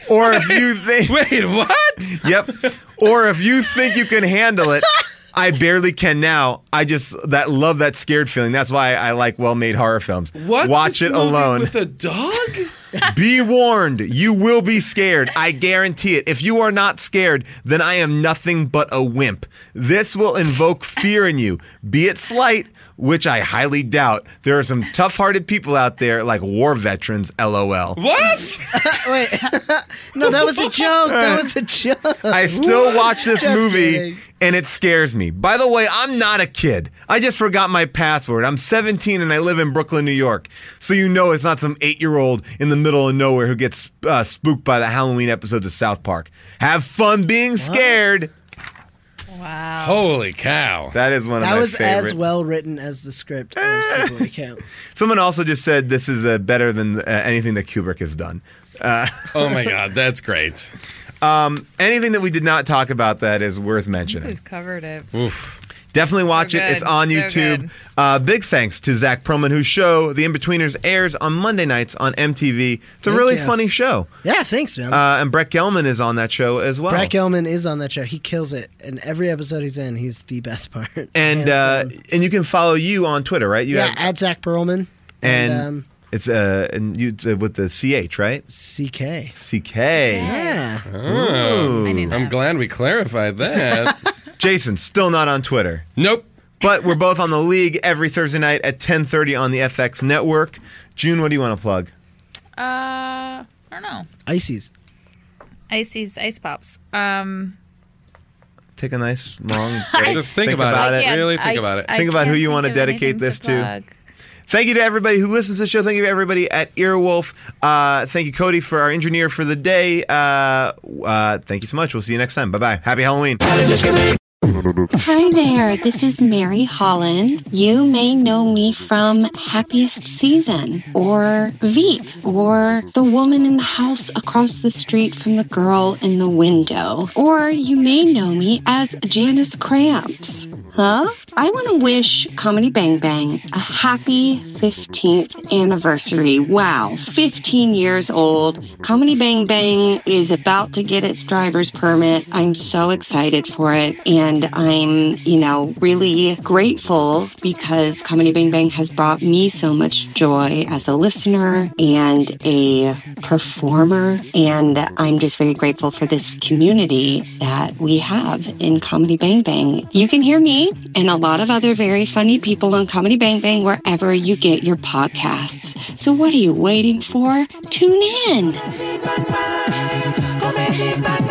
or if you think. Wait, what? Yep. Or if you think you can handle it. I barely can now. I just that love that scared feeling. That's why I like well-made horror films. Watch Watch this it movie alone. with a dog. Be warned, you will be scared. I guarantee it. If you are not scared, then I am nothing but a wimp. This will invoke fear in you, be it slight, which I highly doubt. There are some tough hearted people out there, like war veterans, lol. What? Wait. no, that was a joke. That was a joke. I still watch this Just movie kidding. and it scares me. By the way, I'm not a kid. I just forgot my password. I'm 17 and I live in Brooklyn, New York. So you know it's not some eight year old in the middle of nowhere who gets uh, spooked by the Halloween episodes of South Park. Have fun being scared. Wow. Holy cow. That is one of That my was favorite. as well written as the script of Sleepaway Camp. Someone also just said this is uh, better than uh, anything that Kubrick has done. Uh, Oh my god, that's great. Um, anything that we did not talk about that is worth mentioning. We've covered it. Oof. Definitely watch it. It's good. on So YouTube. good. Uh, big thanks to Zach Perlman, whose show The Inbetweeners airs on Monday nights on MTV. It's a Thank really you. funny show. Yeah, thanks, man. Uh, and Brett Gelman is on that show as well. Brad Gelman is on that show. He kills it, and every episode he's in, he's the best part. and uh, and you can follow you on Twitter, right? You yeah, have- at Zach Perlman and, and, um, it's uh and you it's, uh, with the ch right? CK. CK. Yeah. Oh, Ooh. I'm glad we clarified that. Jason still not on Twitter. Nope. But we're both on the league every Thursday night at 10:30 on the FX network. June, what do you want to plug? Uh, I don't know. Ices. Icy's ice pops. Um, Take a nice long. I- break. Just think about it. I can't- Really think I- about it. I think about who can't you want to think of anything dedicate to this plug. Thank you to everybody who listens to the show. Thank you to everybody at Earwolf. Uh, thank you, Cody, for our engineer for the day. Uh, uh, thank you so much. We'll see you next time. Bye bye. Happy Halloween. Hi there, this is Mary Holland. You may know me from Happiest Season, or Veep, or The Woman in the House Across the Street from the Girl in the Window, or you may know me as Janice Cramps. Huh? I want to wish Comedy Bang Bang a happy 15th anniversary. Wow, 15 years old. Comedy Bang Bang is about to get its driver's permit. I'm so excited for it. And I'm, you know, really grateful because Comedy Bang Bang has brought me so much joy as a listener and a performer. And I'm just very grateful for this community that we have in Comedy Bang Bang. You can hear me and a lot of other very funny people on Comedy Bang Bang wherever you get your podcasts. So what are you waiting for? Tune in.